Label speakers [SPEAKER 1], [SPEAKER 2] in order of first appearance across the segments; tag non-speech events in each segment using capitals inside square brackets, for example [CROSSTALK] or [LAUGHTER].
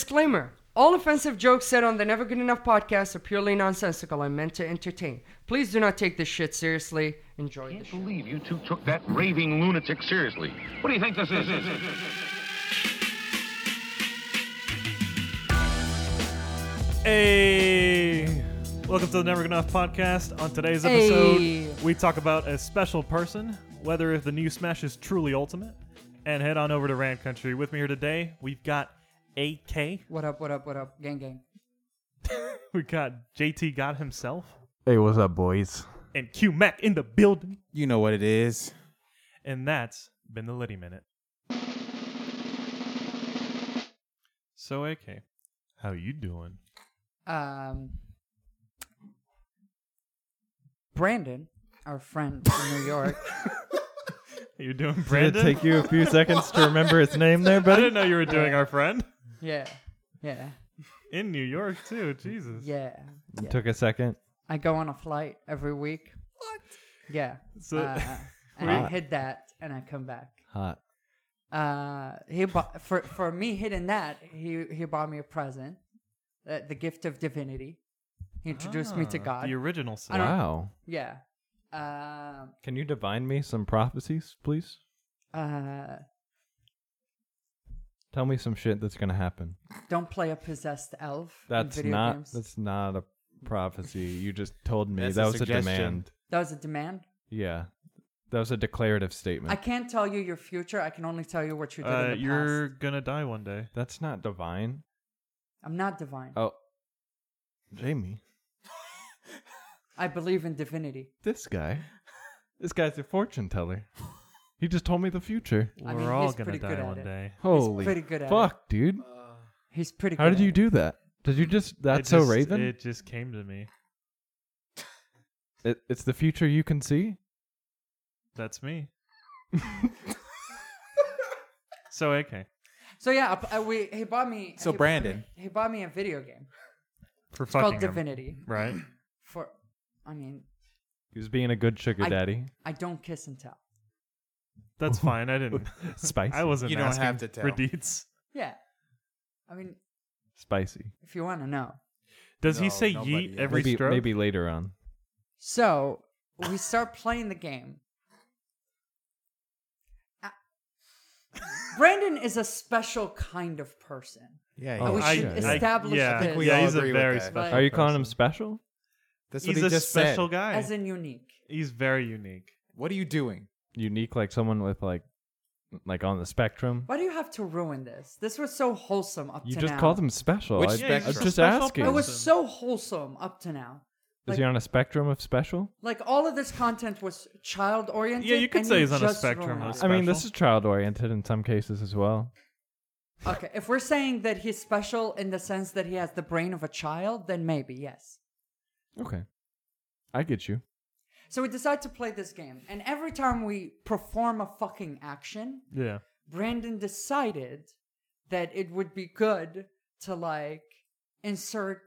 [SPEAKER 1] Disclaimer All offensive jokes said on the Never Good Enough podcast are purely nonsensical and meant to entertain. Please do not take this shit seriously. Enjoy the
[SPEAKER 2] I
[SPEAKER 1] show.
[SPEAKER 2] can't believe you two took that raving lunatic seriously. What do you think this is?
[SPEAKER 3] Hey, welcome to the Never Enough podcast. On today's episode,
[SPEAKER 1] Hey.
[SPEAKER 3] we talk about a special person, whether if the new Smash is truly ultimate, and head on over to Rant Country. With me here today, we've got AK,
[SPEAKER 1] What up, what up, what up, gang gang.
[SPEAKER 3] we got JT God himself,
[SPEAKER 4] Hey, what's up, boys?
[SPEAKER 3] and Q Mac in the building.
[SPEAKER 4] You know what it is.
[SPEAKER 3] And that's been the Liddy Minute. So AK, how you doing?
[SPEAKER 5] um, Brandon, our friend from New York.
[SPEAKER 3] You doing,
[SPEAKER 6] Did it
[SPEAKER 3] Brandon?
[SPEAKER 6] take you
[SPEAKER 4] [LAUGHS]
[SPEAKER 6] a few seconds to remember its name
[SPEAKER 3] [LAUGHS]
[SPEAKER 6] there,
[SPEAKER 3] I
[SPEAKER 6] buddy?
[SPEAKER 3] didn't know you were doing our friend
[SPEAKER 5] yeah, yeah,
[SPEAKER 3] in New York too. Jesus.
[SPEAKER 5] yeah.
[SPEAKER 6] Took a second.
[SPEAKER 5] I go on a flight every week. What? Yeah.
[SPEAKER 3] So-
[SPEAKER 5] uh, and I hit that, and I come back.
[SPEAKER 6] Hot.
[SPEAKER 5] Uh, he bought for for me hitting that. He he bought me a present, uh, the gift of divinity. He introduced me to
[SPEAKER 3] Ah,
[SPEAKER 5] God.
[SPEAKER 3] The original sin.
[SPEAKER 5] I don't-
[SPEAKER 6] Wow.
[SPEAKER 5] yeah. Um.
[SPEAKER 6] Can you divine me some prophecies, please?
[SPEAKER 5] Uh.
[SPEAKER 6] Tell me some shit that's gonna happen.
[SPEAKER 5] Don't play a possessed elf. in
[SPEAKER 6] That's
[SPEAKER 5] video
[SPEAKER 6] not.
[SPEAKER 5] Games.
[SPEAKER 6] That's not a prophecy. You just told me
[SPEAKER 4] That's
[SPEAKER 6] that
[SPEAKER 4] a
[SPEAKER 6] was
[SPEAKER 4] suggestion.
[SPEAKER 6] a demand.
[SPEAKER 5] That was a demand.
[SPEAKER 6] Yeah, that was a declarative statement.
[SPEAKER 5] I can't tell you your future. I can only tell you what you did in
[SPEAKER 3] Uh,
[SPEAKER 5] the
[SPEAKER 3] you're
[SPEAKER 5] past.
[SPEAKER 3] gonna die one day.
[SPEAKER 6] That's not divine.
[SPEAKER 5] I'm not divine.
[SPEAKER 6] Oh, Jamie,
[SPEAKER 5] I believe in divinity.
[SPEAKER 6] this guy.
[SPEAKER 5] [LAUGHS]
[SPEAKER 6] This guy's a fortune teller. He just told me the future.
[SPEAKER 5] I
[SPEAKER 3] We're
[SPEAKER 5] mean,
[SPEAKER 3] all
[SPEAKER 5] he's
[SPEAKER 3] gonna
[SPEAKER 5] pretty good
[SPEAKER 3] die
[SPEAKER 5] at
[SPEAKER 3] one
[SPEAKER 5] it.
[SPEAKER 3] day.
[SPEAKER 6] Holy
[SPEAKER 5] pretty good at it.
[SPEAKER 6] fuck, dude!
[SPEAKER 5] He's pretty.
[SPEAKER 6] How
[SPEAKER 5] good
[SPEAKER 6] did you
[SPEAKER 5] at
[SPEAKER 6] do that? Did you just? That's
[SPEAKER 3] It
[SPEAKER 6] so
[SPEAKER 3] just-
[SPEAKER 6] Raven.
[SPEAKER 3] It just came to me.
[SPEAKER 6] It, it's the future you can see.
[SPEAKER 3] That's
[SPEAKER 5] [LAUGHS]
[SPEAKER 3] me. so okay,
[SPEAKER 5] it. So yeah, I- I- we he bought me.
[SPEAKER 4] So
[SPEAKER 5] he-
[SPEAKER 4] Brandon,
[SPEAKER 5] he bought me a video game
[SPEAKER 3] for
[SPEAKER 5] it's called
[SPEAKER 3] fucking him,
[SPEAKER 5] Divinity. [LAUGHS]
[SPEAKER 3] right?
[SPEAKER 5] For, I mean,
[SPEAKER 6] He was being a good sugar
[SPEAKER 5] I-
[SPEAKER 6] daddy.
[SPEAKER 5] I don't kiss and tell.
[SPEAKER 3] That's fine. I didn't.
[SPEAKER 6] [LAUGHS] Spicy.
[SPEAKER 3] I wasn't.
[SPEAKER 4] You don't
[SPEAKER 3] asking
[SPEAKER 4] have to tell.
[SPEAKER 3] For deets.
[SPEAKER 5] Yeah, I mean,
[SPEAKER 6] Spicy.
[SPEAKER 5] if you want to know.
[SPEAKER 3] Does he
[SPEAKER 4] No,
[SPEAKER 3] say
[SPEAKER 4] nobody
[SPEAKER 3] yeet
[SPEAKER 4] is.
[SPEAKER 3] every
[SPEAKER 6] Maybe
[SPEAKER 3] stroke?
[SPEAKER 6] maybe later on.
[SPEAKER 5] So we
[SPEAKER 6] [LAUGHS]
[SPEAKER 5] start playing the game. Uh, Brandon is a special kind of person.
[SPEAKER 4] Yeah,
[SPEAKER 6] Oh,
[SPEAKER 5] we
[SPEAKER 3] I,
[SPEAKER 5] should
[SPEAKER 6] I
[SPEAKER 5] establish
[SPEAKER 3] yeah,
[SPEAKER 5] this. I think
[SPEAKER 4] we
[SPEAKER 3] yeah,
[SPEAKER 4] all
[SPEAKER 3] he's a
[SPEAKER 4] agree with
[SPEAKER 3] very
[SPEAKER 4] that.
[SPEAKER 3] special.
[SPEAKER 6] Are you calling him
[SPEAKER 3] person.
[SPEAKER 6] special?
[SPEAKER 4] that's what
[SPEAKER 3] He's
[SPEAKER 4] he
[SPEAKER 3] a
[SPEAKER 4] just
[SPEAKER 3] special
[SPEAKER 4] said.
[SPEAKER 3] guy.
[SPEAKER 5] as in unique.
[SPEAKER 3] he's very unique.
[SPEAKER 4] What are you doing?
[SPEAKER 6] Unique, like someone with like, like on the spectrum.
[SPEAKER 5] Why do you have to ruin this? This was so wholesome up
[SPEAKER 6] You
[SPEAKER 5] to
[SPEAKER 6] just
[SPEAKER 5] now.
[SPEAKER 6] called him special.
[SPEAKER 4] Which
[SPEAKER 6] I,
[SPEAKER 4] Yeah, he's
[SPEAKER 6] I'm
[SPEAKER 4] a
[SPEAKER 6] just
[SPEAKER 3] special
[SPEAKER 6] asking.
[SPEAKER 5] It
[SPEAKER 3] person.
[SPEAKER 5] was so wholesome up to now.
[SPEAKER 6] Is he on a spectrum of special?
[SPEAKER 5] Like all of this content was child oriented.
[SPEAKER 3] Yeah, you could say he's on a spectrum, huh?
[SPEAKER 6] I mean, this
[SPEAKER 3] Special?
[SPEAKER 6] is child oriented in some cases as well.
[SPEAKER 5] Okay, if we're saying that he's special in the sense that he has the brain of a child, then maybe yes.
[SPEAKER 6] Okay, I get you.
[SPEAKER 5] So we decide to play this game, and every time we perform a fucking action,
[SPEAKER 3] Yeah.
[SPEAKER 5] Brandon decided that it would be good to like insert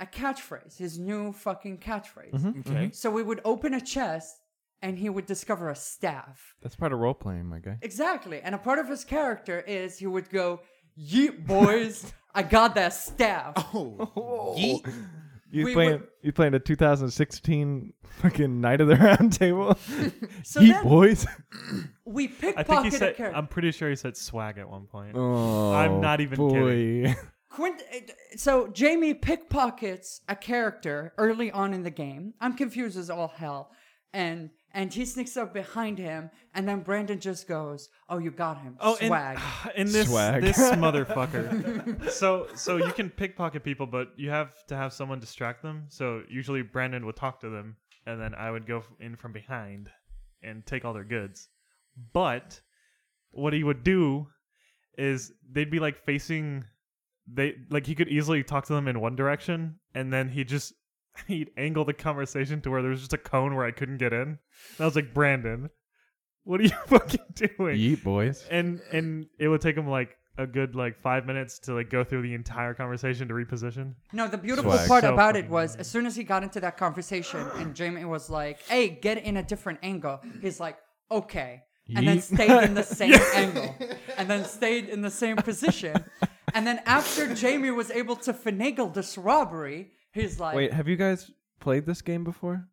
[SPEAKER 5] a catchphrase, his new fucking catchphrase.
[SPEAKER 3] Mm-hmm.
[SPEAKER 4] Okay.
[SPEAKER 5] So we would open a chest and he would discover a staff.
[SPEAKER 6] That's part of role playing, my guy.
[SPEAKER 5] Exactly. And a part of his character is he would go, Yeet, boys, I got
[SPEAKER 3] [LAUGHS]
[SPEAKER 5] that staff.
[SPEAKER 4] Oh, yeet.
[SPEAKER 6] You
[SPEAKER 5] We
[SPEAKER 6] playing?
[SPEAKER 5] were-
[SPEAKER 6] You playing a 2016 fucking Night of the Round Table? [LAUGHS]
[SPEAKER 5] So
[SPEAKER 6] Yeet,
[SPEAKER 5] then
[SPEAKER 6] boys.
[SPEAKER 5] we
[SPEAKER 3] I think he
[SPEAKER 5] pickpocketed a
[SPEAKER 3] said. um,
[SPEAKER 5] character.
[SPEAKER 3] I'm pretty sure he said swag at one point.
[SPEAKER 6] Oh,
[SPEAKER 3] I'm not even kidding.
[SPEAKER 6] boy.
[SPEAKER 5] Quint- uh, so Jamie pickpockets a character early on in the game. I'm confused as all hell. And and he sneaks up behind him, and then Brandon just goes, "Oh, you got him,
[SPEAKER 3] Oh, [SIGHS]
[SPEAKER 5] swag." [LAUGHS]
[SPEAKER 3] and, and this
[SPEAKER 6] Swag.
[SPEAKER 3] this
[SPEAKER 6] [LAUGHS]
[SPEAKER 3] motherfucker. so so you can pickpocket people, but you have to have someone distract them. So usually Brandon would talk to them, and then I would go f- in from behind and take all their goods. But what he would do is they'd be like facing they like he could easily talk to them in one direction, and then he just [LAUGHS] he'd angle the conversation to where there was just a cone where I couldn't get in. And I was like, Brandon, what are you [LAUGHS] fucking doing?
[SPEAKER 6] Yeet, boys.
[SPEAKER 3] and and it would take him like a good like five minutes to like go through the entire conversation to reposition.
[SPEAKER 5] No, the beautiful
[SPEAKER 6] Swag.
[SPEAKER 5] part
[SPEAKER 3] So
[SPEAKER 5] about it
[SPEAKER 3] fucking
[SPEAKER 5] was as soon as he got into that conversation and Jamie was like, hey, get in a different angle, he's like, okay. And then
[SPEAKER 3] [LAUGHS]
[SPEAKER 6] Yeet.
[SPEAKER 5] stayed in the same angle and then stayed in the same position. And then after Jamie was able to finagle this robbery, he's like,
[SPEAKER 6] Wait, have you guys played this game before?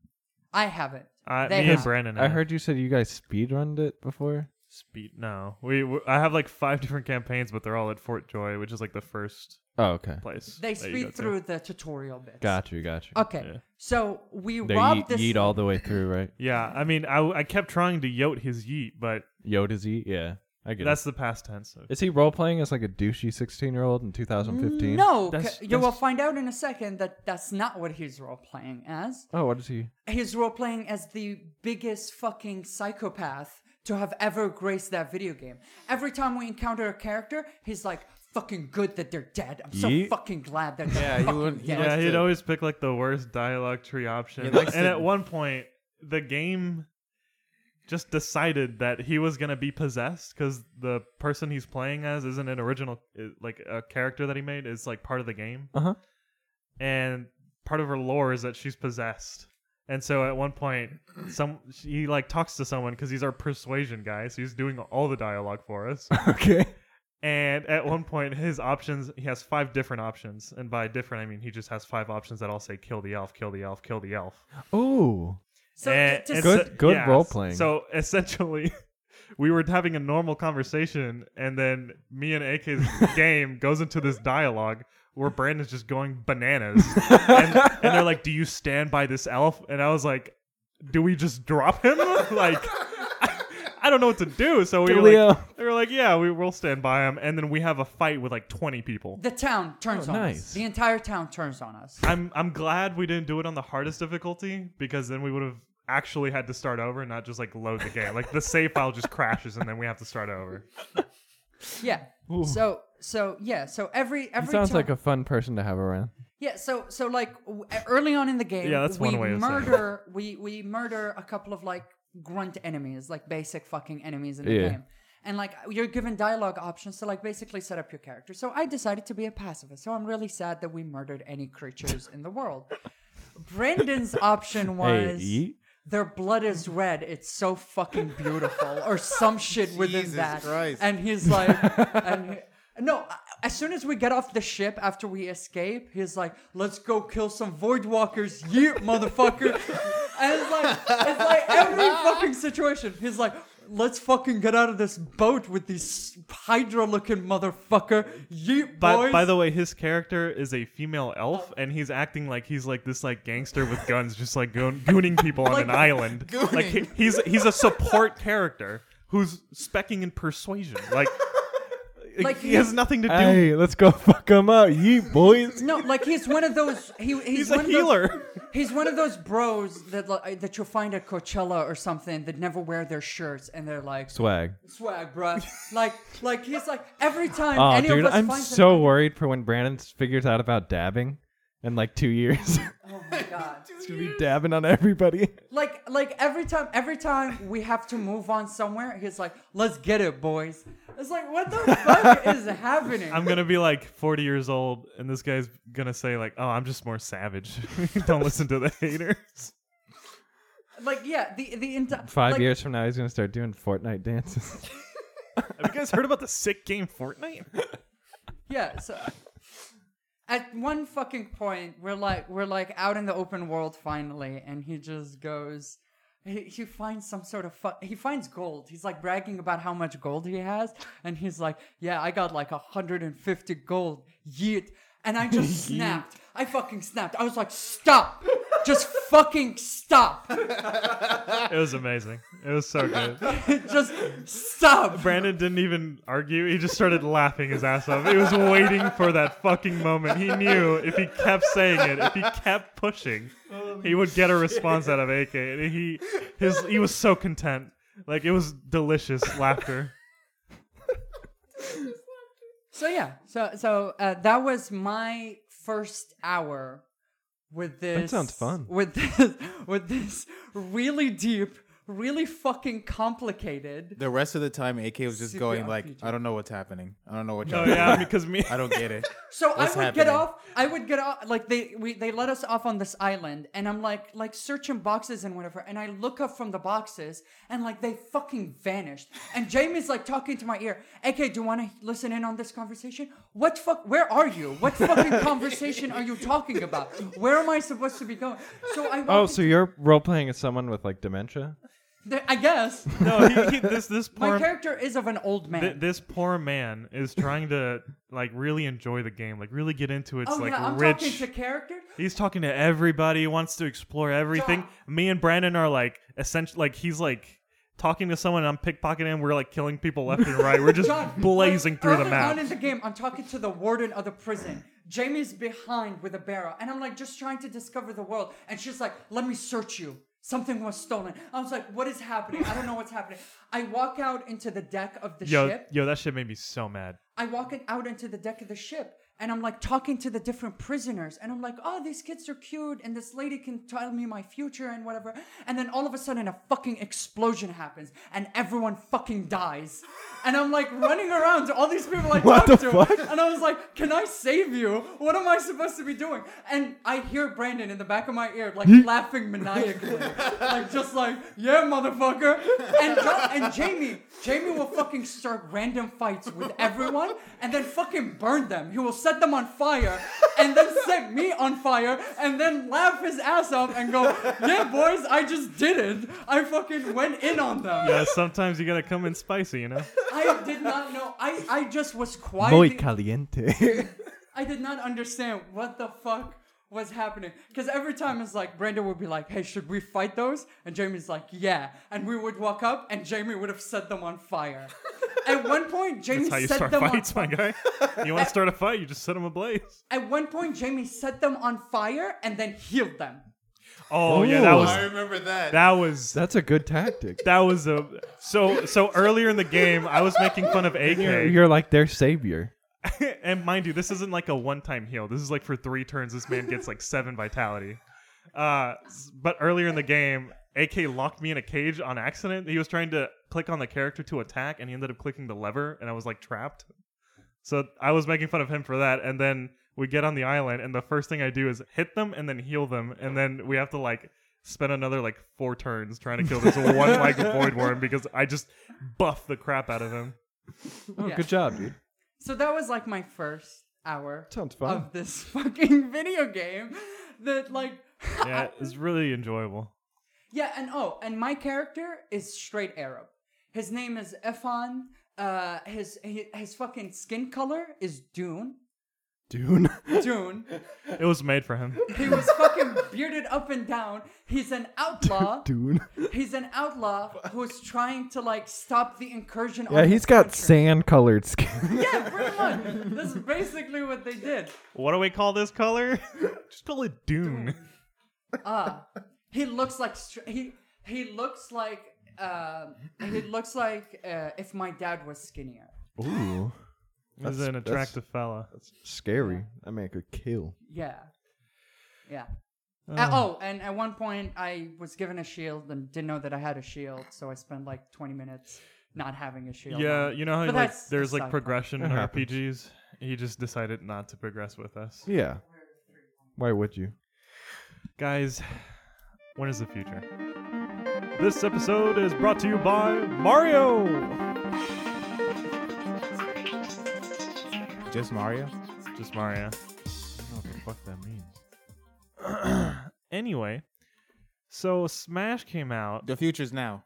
[SPEAKER 5] I haven't.
[SPEAKER 3] I,
[SPEAKER 5] They
[SPEAKER 3] Uh, me and
[SPEAKER 5] have.
[SPEAKER 3] Brandon.
[SPEAKER 6] I
[SPEAKER 3] have
[SPEAKER 6] heard you said you guys speedrunned it before.
[SPEAKER 3] speed. No, we, we. I have like five different campaigns, but they're all at Fort Joy, which is like the first
[SPEAKER 6] Oh, okay.
[SPEAKER 3] place.
[SPEAKER 5] They
[SPEAKER 3] that you go
[SPEAKER 5] speed
[SPEAKER 3] to.
[SPEAKER 5] through the tutorial bit.
[SPEAKER 6] Got you, got you.
[SPEAKER 5] Okay.
[SPEAKER 3] Yeah.
[SPEAKER 5] So we
[SPEAKER 6] They
[SPEAKER 5] robbed
[SPEAKER 6] yeet,
[SPEAKER 5] this.
[SPEAKER 6] yeet all the way through, right?
[SPEAKER 3] Yeah, I mean, I, I kept trying to yote his yeet, but
[SPEAKER 6] Yoda's yeet, yeah. I get
[SPEAKER 3] that's the past tense. So.
[SPEAKER 6] it. Is he role playing as like a douchey 16 year old in 2015?
[SPEAKER 5] No,
[SPEAKER 3] That's-
[SPEAKER 5] c- you
[SPEAKER 3] that's-
[SPEAKER 5] will find out in a second that that's not what he's role playing as.
[SPEAKER 6] Oh, what is he?
[SPEAKER 5] He's role playing as the biggest fucking psychopath to have ever graced that video game. Every time we encounter a character, he's like, "Fucking good that they're dead. I'm so
[SPEAKER 6] Yeet.
[SPEAKER 5] fucking glad that they're
[SPEAKER 4] [LAUGHS] Yeah,
[SPEAKER 5] yeah,
[SPEAKER 4] he
[SPEAKER 5] fucking
[SPEAKER 4] wouldn't- he
[SPEAKER 5] dead."
[SPEAKER 3] Yeah,
[SPEAKER 4] likes
[SPEAKER 3] he'd
[SPEAKER 4] to-
[SPEAKER 3] always pick like the worst dialogue tree option.
[SPEAKER 4] He
[SPEAKER 3] And
[SPEAKER 4] likes to-
[SPEAKER 3] at one point, the game just decided that he was gonna be possessed because the person he's playing as isn't an original, i- like a character that he made is like part of the game,
[SPEAKER 6] Uh huh.
[SPEAKER 3] and part of her lore is that she's possessed. And so at one point, some he like talks to someone because he's our persuasion guy, so he's doing all the dialogue for us.
[SPEAKER 6] [LAUGHS] okay.
[SPEAKER 3] And at one point, his options, he has five different options. And by different, I mean he just has five options that all say kill the elf, kill the elf, kill the elf.
[SPEAKER 6] Ooh.
[SPEAKER 5] So
[SPEAKER 3] And-
[SPEAKER 5] to-
[SPEAKER 3] and
[SPEAKER 5] to-
[SPEAKER 6] Good- good role-playing.
[SPEAKER 3] So essentially, [LAUGHS] we were having a normal conversation, and then me and
[SPEAKER 6] [LAUGHS]
[SPEAKER 3] AK's game goes into this dialogue where Brandon's just going
[SPEAKER 6] [LAUGHS]
[SPEAKER 3] bananas. and, and they're like, Do you stand by this elf? And I was like, Do we just drop him? [LAUGHS] like, I, I don't know what to do. So we
[SPEAKER 6] Kill
[SPEAKER 3] were
[SPEAKER 6] the
[SPEAKER 3] like,
[SPEAKER 6] elf.
[SPEAKER 3] they were like, Yeah, we will stand by him. And then we have a fight with like 20 people.
[SPEAKER 5] the town turns
[SPEAKER 6] Oh,
[SPEAKER 5] on us.
[SPEAKER 6] nice.
[SPEAKER 5] The entire town turns on us.
[SPEAKER 3] I'm I'm glad we didn't do it on the hardest difficulty because then we would have actually had to start over and not just like load the game. like the save file just crashes and then we have to start over.
[SPEAKER 5] Yeah. So so yeah. So every
[SPEAKER 6] He
[SPEAKER 5] every
[SPEAKER 6] sounds
[SPEAKER 5] time,
[SPEAKER 6] like a fun person to have around.
[SPEAKER 5] yeah. So so like w- e, early on in the game,
[SPEAKER 3] Yeah, that's
[SPEAKER 5] we
[SPEAKER 3] one way of saying it.
[SPEAKER 5] murder we we murder a couple of like grunt enemies, like basic fucking enemies in the
[SPEAKER 6] Yeah.
[SPEAKER 5] game. And like you're given dialogue options to like basically set up your character. So I decided to be a pacifist. So I'm really sad that we murdered any creatures in the world. Brandon's option was
[SPEAKER 6] yeet.
[SPEAKER 5] their blood is red. It's so fucking beautiful, or some shit within
[SPEAKER 4] Jesus
[SPEAKER 5] that.
[SPEAKER 4] Christ.
[SPEAKER 5] And
[SPEAKER 3] [LAUGHS]
[SPEAKER 5] he's like, and he- no. As soon as we get off the ship after we escape, he's like, "Let's go kill some voidwalkers, yeah, motherfucker." [LAUGHS] and it's like, it's like every fucking situation. He's like. Let's fucking get out of this boat with these hydra-looking motherfucker. Yeet,
[SPEAKER 3] But
[SPEAKER 5] boys.
[SPEAKER 3] by the way, his character is a female elf and he's acting like he's like this like gangster with guns, just like goon- gooning people
[SPEAKER 5] [LAUGHS]
[SPEAKER 3] on an island. Like he- he's he's a support character who's specking in persuasion. Like,
[SPEAKER 5] [LAUGHS] Like
[SPEAKER 3] he
[SPEAKER 5] he-
[SPEAKER 3] has nothing to do.
[SPEAKER 6] Hey, let's go [LAUGHS] fuck him up, yeet, boys.
[SPEAKER 5] No, like he's one of those.
[SPEAKER 3] [LAUGHS]
[SPEAKER 5] He, he's,
[SPEAKER 3] He's a
[SPEAKER 5] one Of
[SPEAKER 3] healer.
[SPEAKER 5] those, he's one of those bros that like, that you'll find at Coachella or something that never wear their shirts and they're like
[SPEAKER 6] Swag.
[SPEAKER 5] swag, bruh. like like he's like every time
[SPEAKER 6] Oh,
[SPEAKER 5] any
[SPEAKER 6] dude,
[SPEAKER 5] of us
[SPEAKER 6] I'm
[SPEAKER 5] finds him-
[SPEAKER 6] so worried for when Brandon figures out about dabbing in like two years. [LAUGHS]
[SPEAKER 5] oh my god.
[SPEAKER 6] He's gonna be dabbing on everybody.
[SPEAKER 5] Like like every time every time we have to move on somewhere, he's like, "Let's get it, boys." It's like what
[SPEAKER 6] [LAUGHS]
[SPEAKER 5] the fuck is happening?
[SPEAKER 3] I'm gonna be like 40 years old, and this guy's gonna say like, "Oh, I'm just more savage. [LAUGHS] Don't listen to the haters."
[SPEAKER 5] like yeah, the the entire
[SPEAKER 6] Five years from now, he's gonna start doing Fortnite dances.
[SPEAKER 3] [LAUGHS] Have you guys heard about the sick game Fortnite?
[SPEAKER 5] Yeah. So uh, at one fucking point, we're like we're like out in the open world finally, and he just goes. He, he finds some sort of fu- he finds gold. He's like bragging about how much gold he has, and he's like, "Yeah, I got like 150 gold, yeet." And I just snapped. I fucking snapped. I was like, "Stop! Just fucking stop! [LAUGHS]
[SPEAKER 3] It was amazing. It was so [LAUGHS] good.
[SPEAKER 5] Just stop!"
[SPEAKER 3] Brandon didn't even argue. He just started laughing his ass off. He was waiting for that fucking moment. He knew if he kept saying it, if he kept pushing, he would get a response out of AK. And he his he was so content. Like it was delicious laughter.
[SPEAKER 5] So yeah, so so uh, that was my first hour with this.
[SPEAKER 6] sounds fun.
[SPEAKER 5] [LAUGHS] With this, with this really deep, really fucking complicated.
[SPEAKER 4] The rest of the time, AK was just
[SPEAKER 5] Super
[SPEAKER 4] going like,
[SPEAKER 5] RPG.
[SPEAKER 4] "I don't know what's happening. I don't know what
[SPEAKER 3] Oh
[SPEAKER 4] y'all.
[SPEAKER 3] yeah,
[SPEAKER 4] doing.
[SPEAKER 3] because me.
[SPEAKER 4] I don't get it."
[SPEAKER 5] [LAUGHS] So I would
[SPEAKER 4] What's
[SPEAKER 5] get
[SPEAKER 4] happening?
[SPEAKER 5] off. I would get off. Like they we they let us off on this island, and I'm like like searching boxes and whatever. And I look up from the boxes, and like they fucking vanished. And Jamie's like talking to my ear. AK, do you want to listen in on this conversation? What fuck? Where are you? What
[SPEAKER 4] [LAUGHS]
[SPEAKER 5] fucking conversation are you talking about? Where am I supposed to be going? So I
[SPEAKER 6] [LAUGHS] Oh,
[SPEAKER 5] walked
[SPEAKER 6] so you're role playing as someone with like dementia?
[SPEAKER 5] there- I guess
[SPEAKER 3] No, he, he, this this
[SPEAKER 5] my
[SPEAKER 3] poor
[SPEAKER 5] character is of an old man.
[SPEAKER 3] th- this poor man is trying to like really enjoy the game, like really get into its
[SPEAKER 5] oh
[SPEAKER 3] like
[SPEAKER 5] yeah, I'm
[SPEAKER 3] rich.
[SPEAKER 5] talking to character.
[SPEAKER 3] He's talking to everybody. He wants to explore everything. Me and Brandon are like essentially like he's like talking to someone. and I'm pickpocketing him. We're like killing people left and right. We're just
[SPEAKER 5] [LAUGHS] John,
[SPEAKER 3] [LAUGHS] blazing
[SPEAKER 5] like,
[SPEAKER 3] through the
[SPEAKER 5] early
[SPEAKER 3] map.
[SPEAKER 5] On in the game, I'm talking to the warden of the prison. Jamie's behind with a barrel, and I'm like just trying to discover the world. And she's like, "Let me search you. Something was stolen." I was like, "What is happening? I don't know what's happening." I walk out into the deck of the
[SPEAKER 3] Yo,
[SPEAKER 5] ship.
[SPEAKER 3] yo, that shit made me so mad.
[SPEAKER 5] I walk in, out into the deck of the ship and I'm like talking to the different prisoners and I'm like, oh, these kids are cute and this lady can tell me my future and whatever. And then all of a sudden a fucking explosion happens and everyone fucking dies. And I'm like running around to all these people I
[SPEAKER 6] [LAUGHS] What
[SPEAKER 5] talked
[SPEAKER 6] the
[SPEAKER 5] to
[SPEAKER 6] fuck?
[SPEAKER 5] and I was like, can I save you? What am I supposed to be doing? And I hear Brandon in the back of my ear like laughing maniacally. like just like, yeah, motherfucker. And, Jo- and Jamie, Jamie will fucking start random fights with everyone and then fucking burn them. He will set them on fire and then set me on fire and then laugh his ass off and go, yeah, boys, I just did it. I fucking went in on them.
[SPEAKER 3] Yeah, Uh, sometimes you gotta come in spicy,
[SPEAKER 5] [LAUGHS]
[SPEAKER 3] you know.
[SPEAKER 5] I did not know. I, I just was quiet.
[SPEAKER 6] caliente.
[SPEAKER 5] [LAUGHS] I did not understand what the fuck was happening. Because every time it's like, Brenda would be like, hey, should we fight those? And Jamie's like, yeah. And we would walk up and Jamie would have set them
[SPEAKER 3] [LAUGHS]
[SPEAKER 5] on fire. At one point, Jamie
[SPEAKER 3] That's how you
[SPEAKER 5] set
[SPEAKER 3] start
[SPEAKER 5] them on
[SPEAKER 3] fights, my guy. You want to start a fight? You just set them ablaze.
[SPEAKER 5] [LAUGHS] At one point, Jamie set them on fire and then healed them.
[SPEAKER 3] Oh yeah, that
[SPEAKER 6] Ooh.
[SPEAKER 3] was
[SPEAKER 4] I remember that.
[SPEAKER 3] that was
[SPEAKER 6] That's a good tactic.
[SPEAKER 3] that was a so so earlier in the game. I was making fun of AK.
[SPEAKER 6] You're, you're like their savior.
[SPEAKER 3] and mind you, this isn't like a one-time heal. This is like for three turns. This man gets like seven vitality. Uh, s- but earlier in the game, AK locked me in a cage on accident. He was trying to click on the character to attack, and he ended up clicking the lever, and I was like trapped. So I was making fun of him for that, and then we get on the island, and the first thing I do is hit them and then heal them, and then we have to like spend another like four turns trying to kill this one like void worm because I just buffed the crap out of him.
[SPEAKER 6] Oh,
[SPEAKER 5] Yeah.
[SPEAKER 6] Good job, dude.
[SPEAKER 5] So that was like my first hour
[SPEAKER 6] Sounds fun.
[SPEAKER 5] of this [LAUGHS] fucking video game that, like, [LAUGHS]
[SPEAKER 3] Yeah, it was really enjoyable.
[SPEAKER 5] Yeah, and oh, and my character is straight Arab. His name is Efan. Uh, his he, his fucking skin color is Dune.
[SPEAKER 6] Dune. [LAUGHS]
[SPEAKER 5] Dune.
[SPEAKER 3] It was made for [LAUGHS] him.
[SPEAKER 5] He was fucking bearded up and down. He's an outlaw.
[SPEAKER 6] Dune.
[SPEAKER 5] [LAUGHS] He's an outlaw who's trying to like stop the incursion.
[SPEAKER 6] Yeah,
[SPEAKER 5] on
[SPEAKER 6] he's
[SPEAKER 5] his
[SPEAKER 6] got
[SPEAKER 5] country.
[SPEAKER 6] sand colored skin.
[SPEAKER 5] Yeah, pretty much. This is basically what they did.
[SPEAKER 3] What do we call this color? [LAUGHS] Just call it Dune.
[SPEAKER 5] He looks like str- he he looks like uh, he looks like uh, if my dad was skinnier.
[SPEAKER 6] [LAUGHS] Ooh.
[SPEAKER 3] He's an attractive fella.
[SPEAKER 6] Scary. That man could kill.
[SPEAKER 5] Yeah. Yeah. Uh, oh, and at one point I was given a shield and didn't know that I had a shield, so I spent like 20 minutes not having a shield.
[SPEAKER 3] Yeah,
[SPEAKER 5] on.
[SPEAKER 3] you know how
[SPEAKER 5] But
[SPEAKER 3] like
[SPEAKER 5] that's
[SPEAKER 3] there's
[SPEAKER 5] a
[SPEAKER 3] like
[SPEAKER 5] side
[SPEAKER 3] progression in
[SPEAKER 6] It happens.
[SPEAKER 3] RPGs. He just decided not to progress with us.
[SPEAKER 6] Yeah. Why would you?
[SPEAKER 3] Guys, when is the future? This episode is brought to you by Mario.
[SPEAKER 4] Just Mario.
[SPEAKER 3] Just Mario. I don't know what the fuck that means. anyway, so Smash came out.
[SPEAKER 4] The future's now.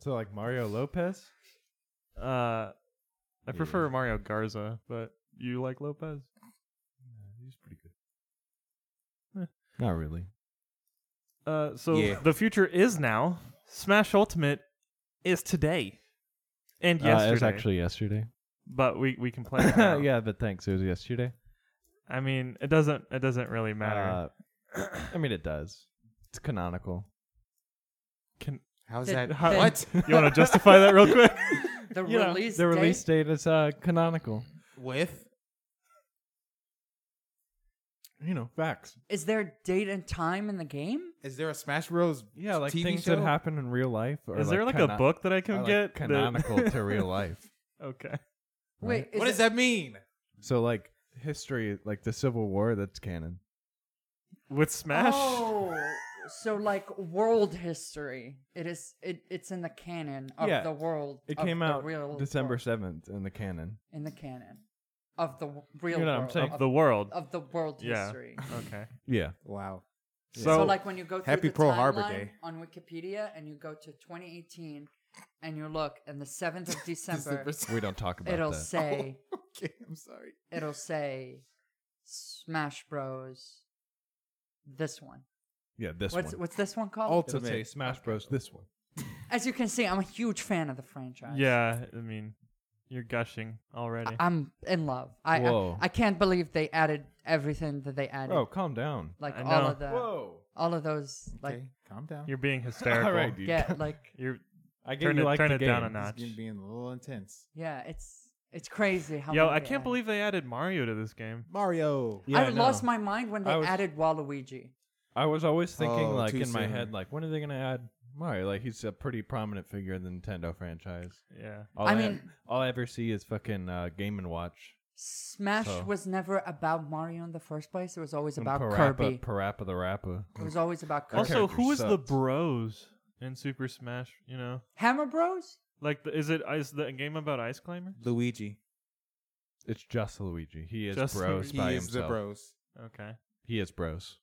[SPEAKER 6] So like Mario Lopez?
[SPEAKER 3] Uh, I prefer Mario Garza, but you like Lopez.
[SPEAKER 6] He's pretty good. Not really.
[SPEAKER 3] Uh, so
[SPEAKER 4] Yeah.
[SPEAKER 3] the future is now. Smash Ultimate is today, and yesterday.
[SPEAKER 6] Uh, it was actually
[SPEAKER 3] [LAUGHS]
[SPEAKER 6] yesterday.
[SPEAKER 3] but we we can
[SPEAKER 6] [LAUGHS]
[SPEAKER 3] play. It now.
[SPEAKER 6] yeah, but thanks. It was yesterday.
[SPEAKER 3] I mean, it doesn't it doesn't really matter.
[SPEAKER 6] Uh, I mean, it does. It's canonical.
[SPEAKER 3] can
[SPEAKER 4] How's
[SPEAKER 5] The-
[SPEAKER 4] that?
[SPEAKER 5] the-
[SPEAKER 4] what? [LAUGHS]
[SPEAKER 3] you want to justify that real quick?
[SPEAKER 5] The
[SPEAKER 3] Yeah,
[SPEAKER 5] release
[SPEAKER 6] the release
[SPEAKER 5] date-
[SPEAKER 6] date is uh, canonical.
[SPEAKER 4] With
[SPEAKER 6] you know, facts.
[SPEAKER 5] Is there date and time in the game?
[SPEAKER 4] Is there a Smash Bros?
[SPEAKER 6] Yeah, like
[SPEAKER 4] TV
[SPEAKER 6] things
[SPEAKER 4] show?
[SPEAKER 6] that happen in real life. [LAUGHS] Or
[SPEAKER 3] Is there like
[SPEAKER 6] cano-
[SPEAKER 3] a book that I
[SPEAKER 6] are,
[SPEAKER 3] can
[SPEAKER 6] like,
[SPEAKER 3] get? that- [LAUGHS]
[SPEAKER 6] canonical to real life?
[SPEAKER 3] okay.
[SPEAKER 5] Wait,
[SPEAKER 4] What does that mean?
[SPEAKER 6] So like history, like the Civil War, that's canon.
[SPEAKER 3] With Smash?
[SPEAKER 5] Oh, so like world history. It is. It, it's in the canon of
[SPEAKER 6] Yeah.
[SPEAKER 5] the world.
[SPEAKER 6] It
[SPEAKER 5] of
[SPEAKER 6] came
[SPEAKER 5] the
[SPEAKER 6] out
[SPEAKER 5] real
[SPEAKER 6] December
[SPEAKER 5] world.
[SPEAKER 6] seventh in the canon.
[SPEAKER 5] in the canon of the w- real
[SPEAKER 6] know what I'm
[SPEAKER 5] world. Oh.
[SPEAKER 6] saying.
[SPEAKER 5] Of,
[SPEAKER 3] The world.
[SPEAKER 5] of the world
[SPEAKER 3] Yeah.
[SPEAKER 5] history. [LAUGHS]
[SPEAKER 3] Okay.
[SPEAKER 6] Yeah,
[SPEAKER 4] Wow.
[SPEAKER 5] So,
[SPEAKER 3] So,
[SPEAKER 5] like when you go through
[SPEAKER 4] Happy
[SPEAKER 5] the
[SPEAKER 4] Pearl
[SPEAKER 5] timeline
[SPEAKER 4] Harbor Day.
[SPEAKER 5] on Wikipedia and you go to 2018 and you look and the 7th of December,
[SPEAKER 4] December-
[SPEAKER 6] we don't talk about
[SPEAKER 5] it'll
[SPEAKER 6] that.
[SPEAKER 5] say
[SPEAKER 4] [LAUGHS] okay, I'm sorry.
[SPEAKER 5] it'll say Smash Bros. This one.
[SPEAKER 6] yeah, this
[SPEAKER 5] what's
[SPEAKER 6] one.
[SPEAKER 5] what's this one called?
[SPEAKER 4] Alt-
[SPEAKER 6] It'll say
[SPEAKER 4] Ultimate.
[SPEAKER 6] Smash Bros. This one.
[SPEAKER 5] As you can see, I'm a huge fan of the franchise.
[SPEAKER 3] yeah, I mean, you're gushing already.
[SPEAKER 5] I'm in love. I I-
[SPEAKER 6] Whoa.
[SPEAKER 5] I, can't believe they added everything that they added.
[SPEAKER 6] Bro, Oh, calm down.
[SPEAKER 5] like
[SPEAKER 3] I
[SPEAKER 5] all
[SPEAKER 3] know.
[SPEAKER 5] of the
[SPEAKER 6] Whoa.
[SPEAKER 5] all of those like
[SPEAKER 4] okay, calm down.
[SPEAKER 3] you're
[SPEAKER 5] [LAUGHS]
[SPEAKER 3] being hysterical.
[SPEAKER 6] All right, dude.
[SPEAKER 5] yeah like
[SPEAKER 3] You're
[SPEAKER 6] I get
[SPEAKER 3] turn
[SPEAKER 6] you
[SPEAKER 3] it,
[SPEAKER 6] like
[SPEAKER 3] turn
[SPEAKER 6] the
[SPEAKER 3] it down a
[SPEAKER 6] game.
[SPEAKER 4] It's
[SPEAKER 3] notch.
[SPEAKER 4] been being a little intense.
[SPEAKER 5] yeah it's it's crazy how
[SPEAKER 3] Yo,
[SPEAKER 5] many
[SPEAKER 3] I
[SPEAKER 5] they
[SPEAKER 3] can't
[SPEAKER 5] added.
[SPEAKER 3] believe they added Mario to this game.
[SPEAKER 4] Mario.
[SPEAKER 6] Yeah,
[SPEAKER 5] I,
[SPEAKER 6] I
[SPEAKER 5] lost
[SPEAKER 6] know.
[SPEAKER 5] my mind when they
[SPEAKER 6] I was-
[SPEAKER 5] added Waluigi.
[SPEAKER 6] I was always thinking,
[SPEAKER 4] Oh,
[SPEAKER 6] like
[SPEAKER 4] too
[SPEAKER 6] in my
[SPEAKER 4] soon.
[SPEAKER 6] head, like when are they gonna add Mario? Like he's a pretty prominent figure in the Nintendo franchise.
[SPEAKER 3] Yeah.
[SPEAKER 6] All
[SPEAKER 5] I
[SPEAKER 6] I,
[SPEAKER 5] mean-
[SPEAKER 6] all I ever see is fucking uh, Game and Watch.
[SPEAKER 5] Smash
[SPEAKER 6] So-
[SPEAKER 5] was never about Mario in the first place. It was always
[SPEAKER 6] And
[SPEAKER 5] about
[SPEAKER 6] Parappa,
[SPEAKER 5] Kirby.
[SPEAKER 6] Parappa the Rapper.
[SPEAKER 5] it was always about Kirby.
[SPEAKER 3] Also,
[SPEAKER 6] character
[SPEAKER 3] who is the
[SPEAKER 6] sucked.
[SPEAKER 3] bros in Super Smash? You know,
[SPEAKER 5] Hammer Bros.
[SPEAKER 3] like the, is it is the game about ice climbers?
[SPEAKER 4] Luigi.
[SPEAKER 6] It's just Luigi. He is
[SPEAKER 3] Just
[SPEAKER 6] bros
[SPEAKER 3] Luigi.
[SPEAKER 4] He
[SPEAKER 6] by
[SPEAKER 4] is
[SPEAKER 6] himself.
[SPEAKER 4] the bros.
[SPEAKER 3] Okay,
[SPEAKER 6] He is bros.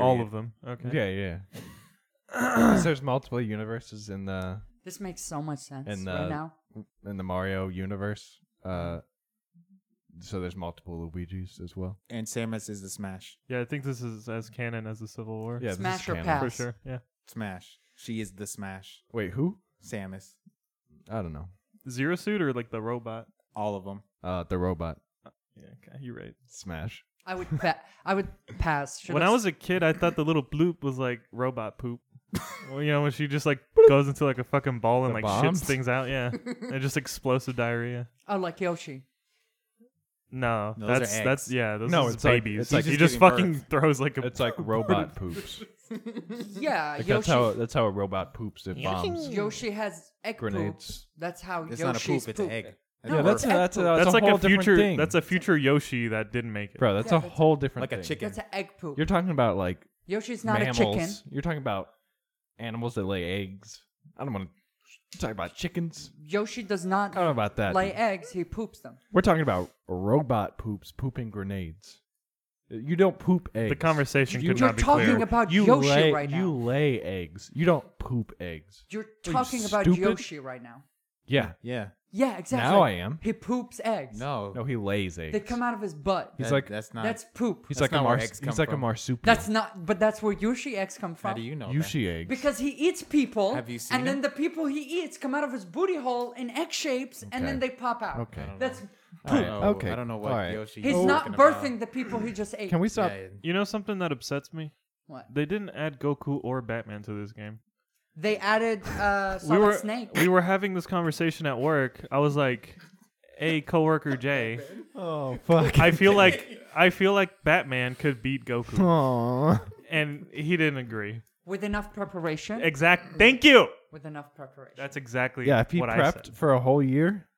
[SPEAKER 3] all of them. Okay,
[SPEAKER 6] Yeah, yeah. 'Cause there's multiple universes in the
[SPEAKER 5] This makes so much sense
[SPEAKER 6] And,
[SPEAKER 5] right
[SPEAKER 6] uh,
[SPEAKER 5] now.
[SPEAKER 6] in the Mario universe. Uh, so there's multiple Luigi's as well.
[SPEAKER 4] And Samus is the Smash.
[SPEAKER 3] yeah. I think this is as canon as the Civil War.
[SPEAKER 6] Yeah, this is
[SPEAKER 5] Smash or
[SPEAKER 6] canon.
[SPEAKER 5] pass?
[SPEAKER 3] for sure. Yeah,
[SPEAKER 4] Smash. She is the Smash.
[SPEAKER 6] Wait, who?
[SPEAKER 4] Samus.
[SPEAKER 6] I don't know.
[SPEAKER 3] Zero Suit or like the robot.
[SPEAKER 4] All of them.
[SPEAKER 6] Uh, the robot
[SPEAKER 3] Yeah, okay, you're right.
[SPEAKER 6] smash.
[SPEAKER 5] I would [LAUGHS] pa- I would pass. Should
[SPEAKER 3] when
[SPEAKER 5] have
[SPEAKER 3] I was a kid, I thought the little bloop was like robot poop. well, you know, when she just like goes into like a fucking ball and
[SPEAKER 6] The
[SPEAKER 3] like
[SPEAKER 6] bombs?
[SPEAKER 3] shits things out. Yeah, and just explosive diarrhea.
[SPEAKER 5] oh like Yoshi.
[SPEAKER 3] No,
[SPEAKER 4] Those are
[SPEAKER 3] that's that's
[SPEAKER 4] eggs.
[SPEAKER 3] yeah. Those
[SPEAKER 6] No,
[SPEAKER 3] is
[SPEAKER 6] it's like-
[SPEAKER 3] babies.
[SPEAKER 6] it's like-
[SPEAKER 3] he
[SPEAKER 4] He's
[SPEAKER 3] just
[SPEAKER 4] just giving
[SPEAKER 3] fucking
[SPEAKER 4] birth.
[SPEAKER 3] throws like a
[SPEAKER 5] [LAUGHS]
[SPEAKER 6] It's like robot poops.
[SPEAKER 5] Yeah,
[SPEAKER 6] Like,
[SPEAKER 5] Yoshi.
[SPEAKER 6] that's how that's how a robot poops. It bombs.
[SPEAKER 5] Yoshi has egg poop.
[SPEAKER 6] Grenades.
[SPEAKER 5] That's how
[SPEAKER 4] It's
[SPEAKER 5] Yoshi's
[SPEAKER 4] not a poop, it's an
[SPEAKER 5] poop.
[SPEAKER 4] egg.
[SPEAKER 5] No,
[SPEAKER 6] Yeah, that's a,
[SPEAKER 5] it's egg
[SPEAKER 6] that's a,
[SPEAKER 5] poop.
[SPEAKER 6] that's,
[SPEAKER 3] That's,
[SPEAKER 6] a
[SPEAKER 3] like
[SPEAKER 6] whole
[SPEAKER 3] a future.
[SPEAKER 6] different thing.
[SPEAKER 3] That's a future Yoshi that didn't make it.
[SPEAKER 6] bro. That's
[SPEAKER 5] Yeah,
[SPEAKER 6] a
[SPEAKER 5] that's
[SPEAKER 6] whole different
[SPEAKER 4] Like a
[SPEAKER 6] thing.
[SPEAKER 4] chicken.
[SPEAKER 5] That's an egg poop.
[SPEAKER 6] You're talking about like
[SPEAKER 5] Yoshi's not
[SPEAKER 6] mammals.
[SPEAKER 5] a chicken.
[SPEAKER 6] You're talking about animals that lay eggs. I don't want to talk about chickens.
[SPEAKER 5] Yoshi does not
[SPEAKER 6] I don't know about that.
[SPEAKER 5] lay eggs. He poops them.
[SPEAKER 6] We're talking about robot poops pooping grenades. You don't poop eggs.
[SPEAKER 3] The conversation
[SPEAKER 6] You-
[SPEAKER 3] could
[SPEAKER 5] You're
[SPEAKER 3] not be
[SPEAKER 5] talking
[SPEAKER 3] clearer.
[SPEAKER 5] about
[SPEAKER 6] you
[SPEAKER 5] Yoshi
[SPEAKER 6] lay,
[SPEAKER 5] right now.
[SPEAKER 6] You lay eggs. You don't poop eggs.
[SPEAKER 5] You're
[SPEAKER 6] you
[SPEAKER 5] talking about
[SPEAKER 6] stupid?
[SPEAKER 5] Yoshi right now.
[SPEAKER 6] Yeah.
[SPEAKER 4] Yeah.
[SPEAKER 5] Yeah, exactly.
[SPEAKER 6] Now I am.
[SPEAKER 5] He poops eggs.
[SPEAKER 4] No.
[SPEAKER 6] No, he lays eggs.
[SPEAKER 5] They come out of his butt.
[SPEAKER 6] He's
[SPEAKER 4] That-
[SPEAKER 6] like-
[SPEAKER 4] that's not.
[SPEAKER 5] That's poop.
[SPEAKER 6] He's
[SPEAKER 4] That's
[SPEAKER 6] like a
[SPEAKER 4] not where
[SPEAKER 6] mars.
[SPEAKER 4] eggs
[SPEAKER 6] He's
[SPEAKER 4] come
[SPEAKER 6] like a
[SPEAKER 4] from.
[SPEAKER 6] marsupial.
[SPEAKER 5] That's not, but that's where Yoshi eggs come from.
[SPEAKER 4] How do you know?
[SPEAKER 6] Yushi eggs.
[SPEAKER 5] Because he eats people.
[SPEAKER 4] Have you seen
[SPEAKER 5] And then
[SPEAKER 4] him?
[SPEAKER 5] the people he eats come out of his booty hole in egg shapes and then they
[SPEAKER 6] Okay.
[SPEAKER 5] pop out.
[SPEAKER 6] Okay. I don't
[SPEAKER 5] That's,
[SPEAKER 4] That? I don't
[SPEAKER 6] Poop.
[SPEAKER 4] know.
[SPEAKER 6] Okay.
[SPEAKER 4] I don't know what
[SPEAKER 6] All right.
[SPEAKER 4] Yoshi.
[SPEAKER 5] he's
[SPEAKER 4] is
[SPEAKER 5] not
[SPEAKER 4] talking
[SPEAKER 5] birthing
[SPEAKER 4] about.
[SPEAKER 5] the people he just ate.
[SPEAKER 6] Can we stop?
[SPEAKER 4] Yeah,
[SPEAKER 3] You know something that upsets me?
[SPEAKER 5] What?
[SPEAKER 3] They didn't add Goku or Batman to this game.
[SPEAKER 5] They added
[SPEAKER 3] [LAUGHS]
[SPEAKER 5] uh, Solid
[SPEAKER 3] we were
[SPEAKER 5] Snake.
[SPEAKER 3] we were having this conversation at work. I was like, "Hey, coworker Jay,
[SPEAKER 6] Oh [LAUGHS] fuck.
[SPEAKER 3] I feel like I feel like Batman could beat
[SPEAKER 6] [LAUGHS]
[SPEAKER 3] Goku,"
[SPEAKER 6] Aww.
[SPEAKER 3] and he didn't agree.
[SPEAKER 5] With enough preparation.
[SPEAKER 3] Exact. Thank you.
[SPEAKER 5] with enough preparation.
[SPEAKER 3] That's exactly
[SPEAKER 6] Yeah, if he
[SPEAKER 3] what I
[SPEAKER 6] prepped
[SPEAKER 3] said.
[SPEAKER 6] for a whole year,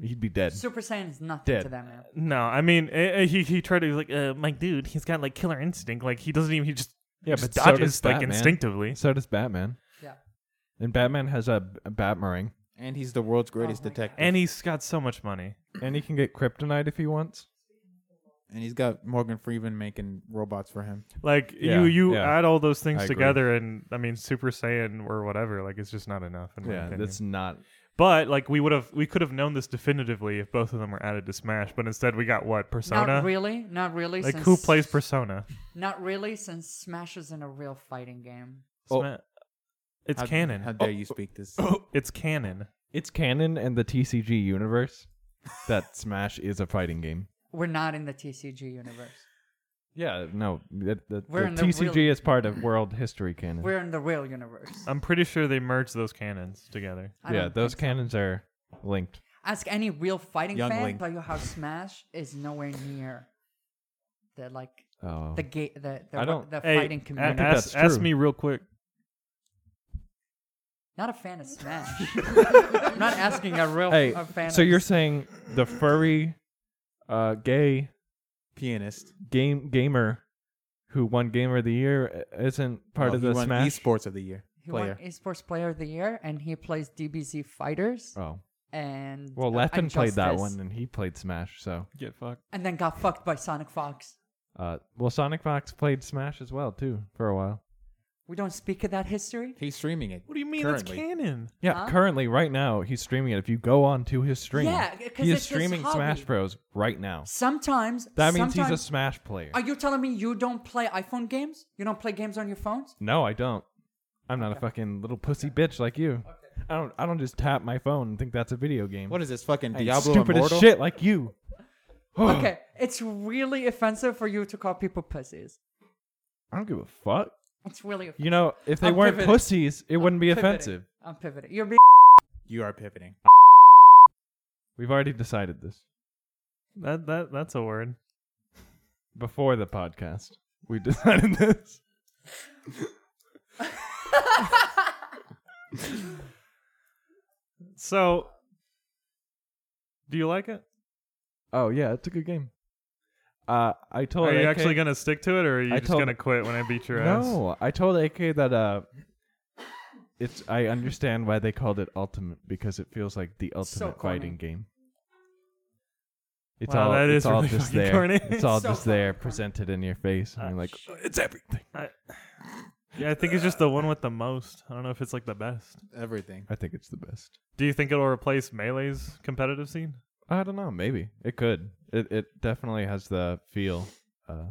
[SPEAKER 6] he'd be dead.
[SPEAKER 5] Super Saiyan is nothing
[SPEAKER 6] Dead.
[SPEAKER 5] to that man.
[SPEAKER 3] No, I mean eh, eh, he he tried to he was like, uh, "My dude, he's got like killer instinct. Like he doesn't even he just
[SPEAKER 6] yeah,
[SPEAKER 3] just
[SPEAKER 6] so
[SPEAKER 3] dodges
[SPEAKER 6] does
[SPEAKER 3] like
[SPEAKER 6] Batman.
[SPEAKER 3] instinctively."
[SPEAKER 6] So does Batman.
[SPEAKER 5] Yeah.
[SPEAKER 6] And Batman has a, b- a Batmering,
[SPEAKER 4] And he's the world's greatest
[SPEAKER 5] Oh my God.
[SPEAKER 4] detective.
[SPEAKER 3] And he's got so much money.
[SPEAKER 6] and he can get kryptonite if he wants.
[SPEAKER 4] And he's got Morgan Freeman making robots for him.
[SPEAKER 3] Like
[SPEAKER 6] Yeah,
[SPEAKER 3] you, you
[SPEAKER 6] yeah.
[SPEAKER 3] add all those things
[SPEAKER 6] I agree.
[SPEAKER 3] together, and I mean, Super Saiyan or whatever, like it's just not enough. In my
[SPEAKER 6] Yeah,
[SPEAKER 3] opinion.
[SPEAKER 6] that's not.
[SPEAKER 3] But like we would have, we could have known this definitively if both of them were added to Smash. But instead, we got what Persona.
[SPEAKER 5] Not really. Not really.
[SPEAKER 3] Like
[SPEAKER 5] since,
[SPEAKER 3] who plays Persona?
[SPEAKER 5] Not really, since Smash isn't a real fighting game.
[SPEAKER 6] Oh.
[SPEAKER 3] Sma- it's
[SPEAKER 4] How-
[SPEAKER 3] canon.
[SPEAKER 4] How dare you speak this?
[SPEAKER 3] it's canon.
[SPEAKER 6] It's canon and the TCG universe that [LAUGHS] Smash is a fighting game.
[SPEAKER 5] We're not in the TCG universe.
[SPEAKER 6] Yeah, no, that- that-
[SPEAKER 5] We're in
[SPEAKER 6] the
[SPEAKER 5] the
[SPEAKER 6] TCG
[SPEAKER 5] real-
[SPEAKER 6] is part of world history canon.
[SPEAKER 5] We're in the real universe.
[SPEAKER 3] I'm pretty sure they merged those canons together.
[SPEAKER 5] I
[SPEAKER 6] yeah,
[SPEAKER 5] don't
[SPEAKER 6] those
[SPEAKER 5] think so.
[SPEAKER 6] canons are linked.
[SPEAKER 5] Ask any real fighting
[SPEAKER 4] Young
[SPEAKER 5] fan,
[SPEAKER 4] Link.
[SPEAKER 5] tell you how Smash is nowhere near the like
[SPEAKER 6] Oh.
[SPEAKER 5] the gate the the,
[SPEAKER 6] I don't-
[SPEAKER 5] the
[SPEAKER 3] Hey,
[SPEAKER 5] fighting
[SPEAKER 3] a-
[SPEAKER 5] community.
[SPEAKER 6] that's
[SPEAKER 3] ask, ask
[SPEAKER 6] true.
[SPEAKER 3] me real quick.
[SPEAKER 5] not a fan of Smash. I'm not asking a real
[SPEAKER 6] hey,
[SPEAKER 5] a fan.
[SPEAKER 6] so
[SPEAKER 5] of-
[SPEAKER 6] you're saying the furry, uh, gay
[SPEAKER 4] Pianist.
[SPEAKER 6] game gamer who won Gamer of the Year i- isn't part
[SPEAKER 4] Well,
[SPEAKER 6] of
[SPEAKER 4] he
[SPEAKER 6] the
[SPEAKER 4] won
[SPEAKER 6] Smash?
[SPEAKER 4] esports of the year
[SPEAKER 5] he
[SPEAKER 4] player.
[SPEAKER 5] won esports player of the year, and he plays DBZ fighters
[SPEAKER 6] Oh.
[SPEAKER 5] and
[SPEAKER 6] Well,
[SPEAKER 5] uh,
[SPEAKER 6] Leffen played that
[SPEAKER 5] Injustice,
[SPEAKER 6] one and he played Smash, so.
[SPEAKER 3] Get fucked.
[SPEAKER 5] and then got fucked by Sonic Fox.
[SPEAKER 6] Uh, well, Sonic Fox played Smash as well, too, for a while.
[SPEAKER 5] We don't speak of that history.
[SPEAKER 4] He's streaming it.
[SPEAKER 3] What do you mean
[SPEAKER 4] currently.
[SPEAKER 3] that's canon?
[SPEAKER 6] Yeah,
[SPEAKER 5] Huh?
[SPEAKER 6] currently, right now, he's streaming it. If you go on to his stream,
[SPEAKER 5] Yeah, 'cause
[SPEAKER 6] he
[SPEAKER 5] it's his
[SPEAKER 6] is streaming
[SPEAKER 5] hobby.
[SPEAKER 6] Smash Bros. right now.
[SPEAKER 5] Sometimes
[SPEAKER 6] That means he's a
[SPEAKER 5] sometimes-
[SPEAKER 6] Smash player.
[SPEAKER 5] Are you telling me you don't play iPhone games? You don't play games on your phones?
[SPEAKER 6] No, I don't. I'm not a fucking little pussy bitch like you. I don't. I don't just tap my phone and think that's a video game.
[SPEAKER 4] What is this fucking
[SPEAKER 6] I'm
[SPEAKER 4] Diablo
[SPEAKER 6] stupid
[SPEAKER 4] Immortal?
[SPEAKER 6] as shit like you?
[SPEAKER 5] okay, it's really offensive for you to call people pussies.
[SPEAKER 6] I don't give a fuck.
[SPEAKER 5] It's really offensive.
[SPEAKER 6] You know, if they
[SPEAKER 5] I'm
[SPEAKER 6] weren't
[SPEAKER 5] pivoting.
[SPEAKER 6] pussies, it wouldn't be
[SPEAKER 5] Pivoting.
[SPEAKER 6] offensive.
[SPEAKER 5] I'm pivoting. You're being
[SPEAKER 4] You are pivoting.
[SPEAKER 6] We've already decided this
[SPEAKER 3] That that that's a word.
[SPEAKER 6] before the podcast. We [LAUGHS] decided this.
[SPEAKER 3] So, do you like it?
[SPEAKER 6] Oh yeah, it's a good game. Uh, I told.
[SPEAKER 3] are you
[SPEAKER 6] AK
[SPEAKER 3] actually gonna stick to it, or are you
[SPEAKER 6] I
[SPEAKER 3] just
[SPEAKER 6] told-
[SPEAKER 3] gonna quit when I beat your ass?
[SPEAKER 6] No, I told AK that uh, it's. I understand why they called it ultimate because it feels like the ultimate
[SPEAKER 5] So corny.
[SPEAKER 6] fighting game. It's
[SPEAKER 3] Wow,
[SPEAKER 6] all.
[SPEAKER 3] that
[SPEAKER 6] it's
[SPEAKER 3] is
[SPEAKER 6] all
[SPEAKER 3] really
[SPEAKER 6] just
[SPEAKER 3] fucking
[SPEAKER 6] there.
[SPEAKER 3] corny. [LAUGHS]
[SPEAKER 6] It's all
[SPEAKER 5] So
[SPEAKER 6] just there, presented in your face, and
[SPEAKER 3] Ah,
[SPEAKER 6] you're like, it's everything.
[SPEAKER 3] [SIGHS] Yeah, I think it's just the one with the most. I don't know if it's like the best.
[SPEAKER 4] [LAUGHS] Everything.
[SPEAKER 6] I think it's the best.
[SPEAKER 3] Do you think it'll replace Melee's competitive scene?
[SPEAKER 6] I don't know. Maybe it could. It it definitely has the feel. Uh,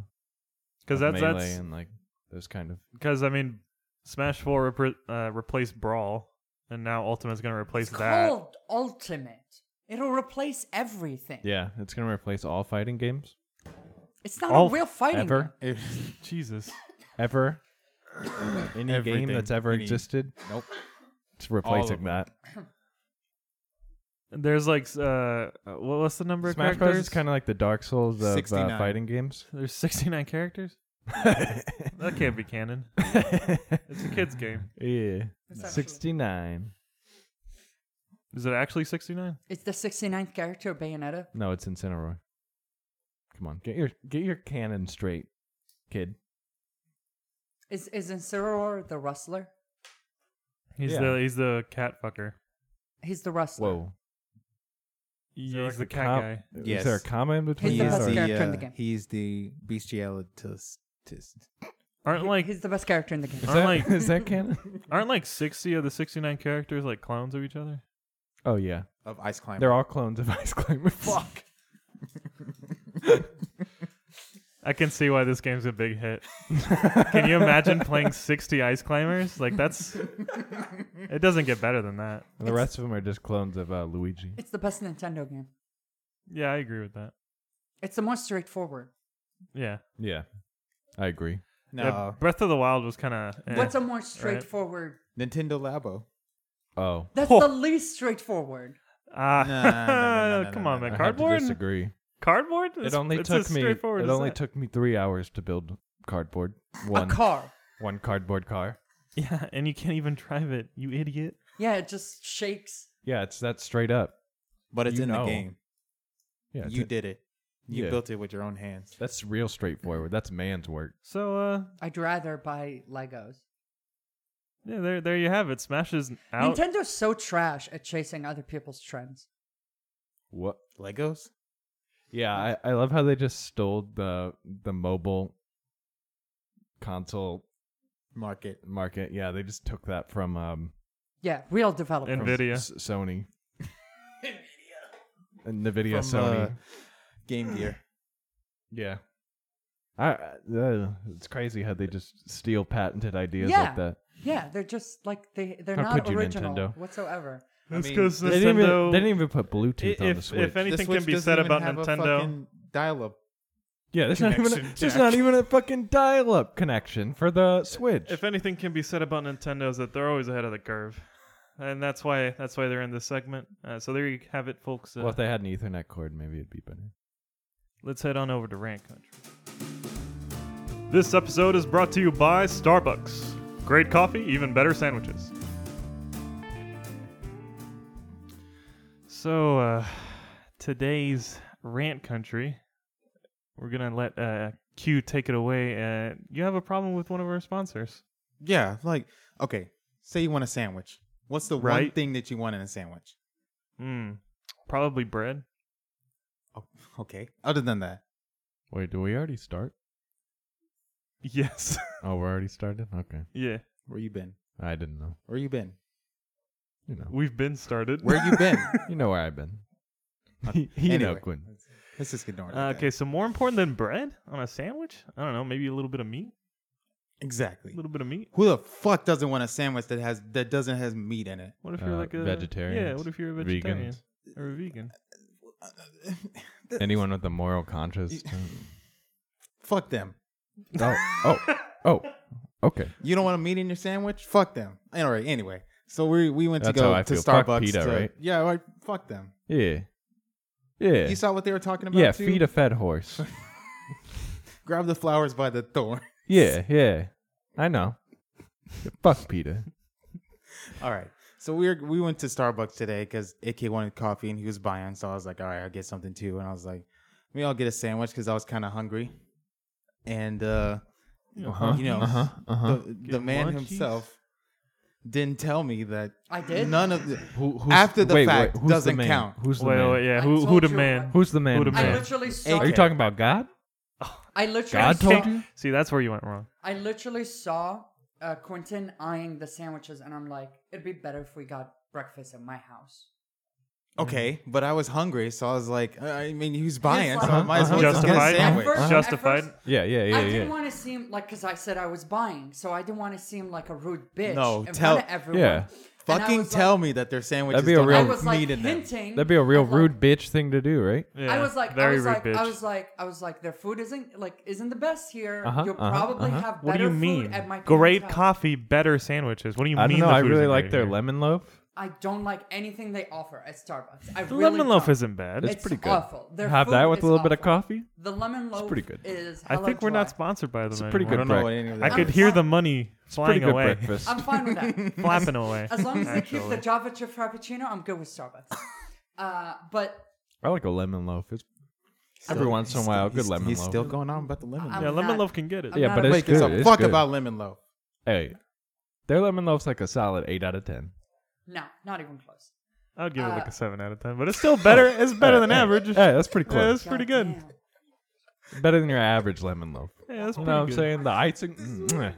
[SPEAKER 3] Because
[SPEAKER 6] of
[SPEAKER 3] that's
[SPEAKER 6] melee
[SPEAKER 3] that's
[SPEAKER 6] and like those kind of.
[SPEAKER 3] because I mean, Smash Four repre- uh, replaced Brawl, and now Ultimate's gonna replace
[SPEAKER 5] it's
[SPEAKER 3] that.
[SPEAKER 5] called Ultimate. It'll replace everything.
[SPEAKER 6] Yeah, it's gonna replace all fighting games
[SPEAKER 5] It's not
[SPEAKER 3] All-
[SPEAKER 5] a real fighting.
[SPEAKER 6] ever.
[SPEAKER 5] game.
[SPEAKER 4] It-
[SPEAKER 3] Jesus,
[SPEAKER 6] ever. Any
[SPEAKER 4] Everything.
[SPEAKER 6] game that's ever
[SPEAKER 4] Any-
[SPEAKER 6] existed,
[SPEAKER 4] nope.
[SPEAKER 6] it's
[SPEAKER 4] All of
[SPEAKER 6] replacing
[SPEAKER 4] them.
[SPEAKER 6] that.
[SPEAKER 3] there's like uh, what- what's the number
[SPEAKER 6] Smash
[SPEAKER 3] of
[SPEAKER 6] Bros.
[SPEAKER 3] characters?
[SPEAKER 6] is kind of like the Dark Souls of uh,
[SPEAKER 4] 69.
[SPEAKER 5] [LAUGHS]
[SPEAKER 6] fighting games.
[SPEAKER 3] There's 69 characters. That can't be canon. It's a kids game.
[SPEAKER 6] yeah,
[SPEAKER 5] It's actually-
[SPEAKER 6] sixty-nine.
[SPEAKER 3] Is it actually 69?
[SPEAKER 5] It's the 69th character of Bayonetta.
[SPEAKER 6] No, it's Incineroar. Come on, get your get your cannon straight, kid.
[SPEAKER 5] Is is Incineroar the rustler?
[SPEAKER 3] He's
[SPEAKER 6] Yeah.
[SPEAKER 3] the he's the cat fucker.
[SPEAKER 5] He's the rustler.
[SPEAKER 6] Whoa,
[SPEAKER 3] He's
[SPEAKER 6] Is there, like,
[SPEAKER 3] the
[SPEAKER 6] a
[SPEAKER 3] cat
[SPEAKER 6] com-
[SPEAKER 3] guy.
[SPEAKER 6] Is
[SPEAKER 4] Yes.
[SPEAKER 6] there a comma in between?
[SPEAKER 5] He's the
[SPEAKER 6] these,
[SPEAKER 5] best
[SPEAKER 6] or-
[SPEAKER 5] character in the
[SPEAKER 6] uh,
[SPEAKER 5] game.
[SPEAKER 4] He's the bestialitist.
[SPEAKER 3] Aren't like
[SPEAKER 5] He's the best character in the game.
[SPEAKER 6] Is
[SPEAKER 3] Aren't
[SPEAKER 6] that,
[SPEAKER 3] like-
[SPEAKER 6] [LAUGHS] is that canon?
[SPEAKER 3] [LAUGHS] aren't like 60 of the 69 characters like clones of each other?
[SPEAKER 6] Oh yeah,
[SPEAKER 4] Of ice climber.
[SPEAKER 6] they're all clones of [LAUGHS] Ice Climbers. Fuck.
[SPEAKER 3] I can see why this game's a big
[SPEAKER 6] [LAUGHS]
[SPEAKER 3] hit. can you imagine playing 60 ice climbers? Like
[SPEAKER 5] [LAUGHS]
[SPEAKER 3] that's it doesn't get better than that.
[SPEAKER 6] And the rest of them are just clones of uh, Luigi.
[SPEAKER 5] It's the best Nintendo game.
[SPEAKER 3] Yeah, I agree with that.
[SPEAKER 5] It's the most straightforward.
[SPEAKER 3] Yeah.
[SPEAKER 6] Yeah, I agree.
[SPEAKER 4] no.
[SPEAKER 3] Yeah, Breath of the Wild was eh. kind of
[SPEAKER 5] What's a more straightforward?
[SPEAKER 4] Nintendo Labo.
[SPEAKER 6] Oh,
[SPEAKER 5] That's
[SPEAKER 3] Oh.
[SPEAKER 5] the least straightforward.
[SPEAKER 3] Ah, [LAUGHS]
[SPEAKER 4] No, no, no, no,
[SPEAKER 3] come
[SPEAKER 4] no,
[SPEAKER 3] on,
[SPEAKER 4] no,
[SPEAKER 3] man.
[SPEAKER 6] I have to
[SPEAKER 3] Cardboard?
[SPEAKER 6] disagree.
[SPEAKER 3] Cardboard?
[SPEAKER 6] It only took me. It only took me three hours to build cardboard. One
[SPEAKER 5] A car.
[SPEAKER 6] one cardboard car.
[SPEAKER 3] [LAUGHS] Yeah, and you can't even drive it, you idiot.
[SPEAKER 5] Yeah, it just shakes.
[SPEAKER 6] Yeah, it's that straight up.
[SPEAKER 4] But it's
[SPEAKER 6] You
[SPEAKER 4] in
[SPEAKER 6] know.
[SPEAKER 4] the game.
[SPEAKER 6] Yeah, it's
[SPEAKER 4] you
[SPEAKER 6] it.
[SPEAKER 4] did it. You
[SPEAKER 6] Yeah.
[SPEAKER 4] built it with your own hands.
[SPEAKER 6] That's real straightforward. That's man's work.
[SPEAKER 3] So uh
[SPEAKER 5] I'd rather buy Legos.
[SPEAKER 3] yeah, there there you have it. Smashes out.
[SPEAKER 5] Nintendo's so trash at chasing other people's trends.
[SPEAKER 6] What?
[SPEAKER 4] Legos?
[SPEAKER 6] Yeah, I, I love how they just stole the the mobile console
[SPEAKER 4] Market.
[SPEAKER 6] market. Yeah, they just took that from um
[SPEAKER 5] Yeah, real developers.
[SPEAKER 6] from
[SPEAKER 3] Nvidia.
[SPEAKER 6] S- Sony, And Nvidia,
[SPEAKER 4] From,
[SPEAKER 6] Sony.
[SPEAKER 4] uh, Game Gear.
[SPEAKER 6] yeah, I uh, it's crazy how they just steal patented ideas
[SPEAKER 5] Yeah.
[SPEAKER 6] like that.
[SPEAKER 5] yeah, they're just like they they're
[SPEAKER 6] How
[SPEAKER 5] not
[SPEAKER 6] could you,
[SPEAKER 5] original
[SPEAKER 6] Nintendo?
[SPEAKER 5] whatsoever.
[SPEAKER 3] This
[SPEAKER 4] mean,
[SPEAKER 3] goes
[SPEAKER 6] They didn't, even,
[SPEAKER 3] Nintendo-
[SPEAKER 6] they didn't even put Bluetooth
[SPEAKER 3] I-
[SPEAKER 6] on the
[SPEAKER 3] if,
[SPEAKER 6] Switch.
[SPEAKER 3] if [SIGHS] anything
[SPEAKER 4] Switch
[SPEAKER 3] can be
[SPEAKER 4] doesn't
[SPEAKER 3] said
[SPEAKER 4] even
[SPEAKER 3] about
[SPEAKER 4] have a
[SPEAKER 3] Nintendo,
[SPEAKER 4] fucking dial-up.
[SPEAKER 6] yeah, there's not, even a,
[SPEAKER 4] connection
[SPEAKER 6] there's
[SPEAKER 4] jack.
[SPEAKER 6] not even a fucking dial-up connection for the Switch.
[SPEAKER 3] if anything can be said about Nintendo is that they're always ahead of the curve, and that's why that's why they're in this segment. Uh, so there you have it, folks. Uh,
[SPEAKER 6] well, if they had an Ethernet cord, maybe it'd be better.
[SPEAKER 3] let's head on over to Rant Country. This episode is brought to you by Starbucks. Great coffee, even better sandwiches. So, uh, today's rant country, we're going to let uh, Q take it away. Uh, you have a problem with one of our sponsors.
[SPEAKER 4] Yeah, like okay, say you want a sandwich. What's the one
[SPEAKER 3] Right.
[SPEAKER 4] thing that you want in a sandwich?
[SPEAKER 3] Hmm. Probably bread.
[SPEAKER 4] Oh, okay. Other than that,
[SPEAKER 6] Wait, do we already start?
[SPEAKER 3] Yes. [LAUGHS]
[SPEAKER 6] Oh, we're already started. Okay,
[SPEAKER 3] yeah.
[SPEAKER 4] where you been?
[SPEAKER 6] I didn't know.
[SPEAKER 4] Where you been?
[SPEAKER 6] You know,
[SPEAKER 3] We've been started. [LAUGHS]
[SPEAKER 4] Where you been?
[SPEAKER 6] [LAUGHS] you know where I've been.
[SPEAKER 4] [LAUGHS]
[SPEAKER 6] [LAUGHS] you know,
[SPEAKER 4] Anyway.
[SPEAKER 6] Quinn.
[SPEAKER 4] Let's just ignore it.
[SPEAKER 3] Uh,
[SPEAKER 4] like
[SPEAKER 3] okay,
[SPEAKER 4] that.
[SPEAKER 3] so more important than bread on a sandwich? I don't know, maybe a little bit of meat?
[SPEAKER 4] Exactly.
[SPEAKER 3] A little bit of meat?
[SPEAKER 4] Who the fuck doesn't want a sandwich that has that doesn't has meat in it?
[SPEAKER 3] What if you're
[SPEAKER 6] Uh,
[SPEAKER 3] like a
[SPEAKER 6] vegetarians,
[SPEAKER 3] Yeah, what if you're a vegetarian
[SPEAKER 6] vegans.
[SPEAKER 3] or a vegan?
[SPEAKER 6] Anyone with a
[SPEAKER 4] [LAUGHS]
[SPEAKER 6] moral conscience.
[SPEAKER 4] Fuck them.
[SPEAKER 6] oh, oh, oh. Okay,
[SPEAKER 4] You don't want a meat in your sandwich? Fuck them. All right. Anyway, so we we went
[SPEAKER 6] That's
[SPEAKER 4] to
[SPEAKER 6] how
[SPEAKER 4] go
[SPEAKER 6] I
[SPEAKER 4] to
[SPEAKER 6] feel.
[SPEAKER 4] Starbucks.
[SPEAKER 6] Fuck PETA,
[SPEAKER 4] to,
[SPEAKER 6] right?
[SPEAKER 4] Yeah. Right. Fuck them.
[SPEAKER 6] yeah, yeah,
[SPEAKER 4] You saw what they were talking about.
[SPEAKER 6] yeah.
[SPEAKER 4] too?
[SPEAKER 6] Feed a fed
[SPEAKER 4] [LAUGHS]
[SPEAKER 6] horse.
[SPEAKER 4] Grab the flowers by the thorn. [LAUGHS]
[SPEAKER 6] yeah, yeah. I know. Fuck Peter.
[SPEAKER 4] All right. So we were, we went to Starbucks today because AK wanted coffee and he was buying. So I was like, all right, I'll get something too. And I was like, maybe I'll get a sandwich because I was kind of hungry. And, uh,
[SPEAKER 3] Uh-huh,
[SPEAKER 4] you know, the, the
[SPEAKER 3] Get
[SPEAKER 4] man
[SPEAKER 3] munchies.
[SPEAKER 4] himself didn't tell me that
[SPEAKER 5] I did.
[SPEAKER 4] none of the.
[SPEAKER 6] Who, who's,
[SPEAKER 4] After the
[SPEAKER 6] wait,
[SPEAKER 4] fact
[SPEAKER 6] wait, who's
[SPEAKER 4] doesn't
[SPEAKER 6] the man?
[SPEAKER 4] count.
[SPEAKER 6] Who's the
[SPEAKER 3] Wait,
[SPEAKER 6] man?
[SPEAKER 3] wait, yeah.
[SPEAKER 5] I
[SPEAKER 3] Who
[SPEAKER 5] told
[SPEAKER 3] who the
[SPEAKER 5] you
[SPEAKER 3] man?
[SPEAKER 6] Who's the man?
[SPEAKER 3] Who the
[SPEAKER 5] I
[SPEAKER 3] man?
[SPEAKER 5] literally saw.
[SPEAKER 6] Are you talking about God?
[SPEAKER 5] I literally
[SPEAKER 6] God
[SPEAKER 5] saw.
[SPEAKER 6] told you?
[SPEAKER 3] [LAUGHS] See, that's where you went wrong.
[SPEAKER 5] I literally saw uh, Quentin eyeing the sandwiches, and I'm like, it'd be better if we got breakfast at my house.
[SPEAKER 4] Okay, but I was hungry, so I was like, uh, I mean, he was buying, so I
[SPEAKER 5] Uh-huh,
[SPEAKER 4] might as well
[SPEAKER 3] uh-huh.
[SPEAKER 4] just get a
[SPEAKER 3] Justified.
[SPEAKER 4] sandwich.
[SPEAKER 5] At first- at
[SPEAKER 3] Justified.
[SPEAKER 5] first,
[SPEAKER 6] Yeah, yeah, yeah,
[SPEAKER 5] I
[SPEAKER 6] yeah.
[SPEAKER 5] didn't want to seem like because I said I was buying, so I didn't want to seem like a rude bitch.
[SPEAKER 4] No,
[SPEAKER 5] in
[SPEAKER 4] tell-
[SPEAKER 5] front of everyone.
[SPEAKER 6] Yeah.
[SPEAKER 5] And I
[SPEAKER 4] Fucking
[SPEAKER 5] was
[SPEAKER 4] tell
[SPEAKER 5] like,
[SPEAKER 4] me that their sandwiches
[SPEAKER 6] be a
[SPEAKER 4] don't
[SPEAKER 6] real
[SPEAKER 5] I
[SPEAKER 4] have
[SPEAKER 5] was
[SPEAKER 4] meat
[SPEAKER 5] like
[SPEAKER 4] in them.
[SPEAKER 5] hinting.
[SPEAKER 6] That'd be a real
[SPEAKER 5] of, like-
[SPEAKER 6] rude bitch thing to do, right?
[SPEAKER 3] Yeah,
[SPEAKER 5] I was like,
[SPEAKER 3] very
[SPEAKER 5] I was
[SPEAKER 3] rude
[SPEAKER 5] like,
[SPEAKER 3] bitch.
[SPEAKER 5] I was like, I was like, their food isn't like isn't the best here.
[SPEAKER 6] Uh-huh,
[SPEAKER 5] You'll
[SPEAKER 6] uh-huh,
[SPEAKER 5] probably
[SPEAKER 6] uh-huh.
[SPEAKER 5] have better
[SPEAKER 3] what do you
[SPEAKER 5] food
[SPEAKER 3] mean?
[SPEAKER 5] at my
[SPEAKER 3] Great
[SPEAKER 5] parents' house.
[SPEAKER 3] coffee, better sandwiches. What do you
[SPEAKER 6] I
[SPEAKER 3] mean?
[SPEAKER 6] don't know.
[SPEAKER 3] the
[SPEAKER 6] I
[SPEAKER 3] food
[SPEAKER 6] really
[SPEAKER 3] isn't
[SPEAKER 6] like
[SPEAKER 3] great
[SPEAKER 6] their
[SPEAKER 3] here?
[SPEAKER 6] lemon loaf.
[SPEAKER 5] I don't like anything they offer at Starbucks. I
[SPEAKER 3] The
[SPEAKER 5] really
[SPEAKER 3] lemon loaf
[SPEAKER 5] don't.
[SPEAKER 3] isn't bad.
[SPEAKER 6] It's,
[SPEAKER 5] It's
[SPEAKER 6] pretty good.
[SPEAKER 5] awful. Their
[SPEAKER 6] Have
[SPEAKER 5] food
[SPEAKER 6] that with
[SPEAKER 5] is
[SPEAKER 6] a little bit of
[SPEAKER 5] awful.
[SPEAKER 6] coffee.
[SPEAKER 5] The lemon loaf
[SPEAKER 6] pretty good.
[SPEAKER 5] is.
[SPEAKER 3] I
[SPEAKER 5] hella
[SPEAKER 3] think we're not
[SPEAKER 5] dry.
[SPEAKER 3] sponsored by them.
[SPEAKER 6] It's a pretty
[SPEAKER 4] I
[SPEAKER 6] good
[SPEAKER 3] anymore.
[SPEAKER 4] don't know what any of
[SPEAKER 3] I
[SPEAKER 4] that
[SPEAKER 3] could
[SPEAKER 4] is.
[SPEAKER 3] hear the money
[SPEAKER 6] Pretty
[SPEAKER 3] flying
[SPEAKER 6] good
[SPEAKER 3] away,
[SPEAKER 6] breakfast.
[SPEAKER 5] I'm fine with [LAUGHS]
[SPEAKER 6] [LAUGHS]
[SPEAKER 5] that.
[SPEAKER 3] flapping away.
[SPEAKER 5] As long as they keep the
[SPEAKER 3] actually.
[SPEAKER 5] Java chip frappuccino, I'm good with
[SPEAKER 4] [LAUGHS]
[SPEAKER 5] Starbucks. Uh, but
[SPEAKER 6] I like a lemon loaf. It's every once in a while, good
[SPEAKER 4] He's-
[SPEAKER 6] lemon
[SPEAKER 4] He's
[SPEAKER 6] loaf.
[SPEAKER 4] still going on about the lemon
[SPEAKER 5] I'm
[SPEAKER 4] loaf.
[SPEAKER 3] Yeah, lemon
[SPEAKER 5] not-
[SPEAKER 3] loaf can get it.
[SPEAKER 5] I'm
[SPEAKER 6] yeah,
[SPEAKER 5] not
[SPEAKER 6] but
[SPEAKER 5] a-
[SPEAKER 6] it's
[SPEAKER 4] Wait, gives
[SPEAKER 6] good.
[SPEAKER 4] a
[SPEAKER 6] it's
[SPEAKER 4] fuck
[SPEAKER 6] good.
[SPEAKER 4] about lemon loaf.
[SPEAKER 6] hey, their lemon loaf's like a solid eight out of ten.
[SPEAKER 5] no, not even close.
[SPEAKER 3] I'd give it like
[SPEAKER 5] Uh,
[SPEAKER 3] a seven out of ten, but it's still better.
[SPEAKER 6] [LAUGHS]
[SPEAKER 3] It's better than
[SPEAKER 6] Hey, hey,
[SPEAKER 3] average.
[SPEAKER 6] Hey,
[SPEAKER 3] Yeah,
[SPEAKER 6] that's pretty
[SPEAKER 3] that's
[SPEAKER 6] close.
[SPEAKER 3] pretty good. Yeah,
[SPEAKER 5] Goddamn.
[SPEAKER 6] Better than your average lemon loaf.
[SPEAKER 3] that's
[SPEAKER 6] You
[SPEAKER 3] pretty
[SPEAKER 6] know what I'm
[SPEAKER 3] good.
[SPEAKER 6] saying? The icing. Mm,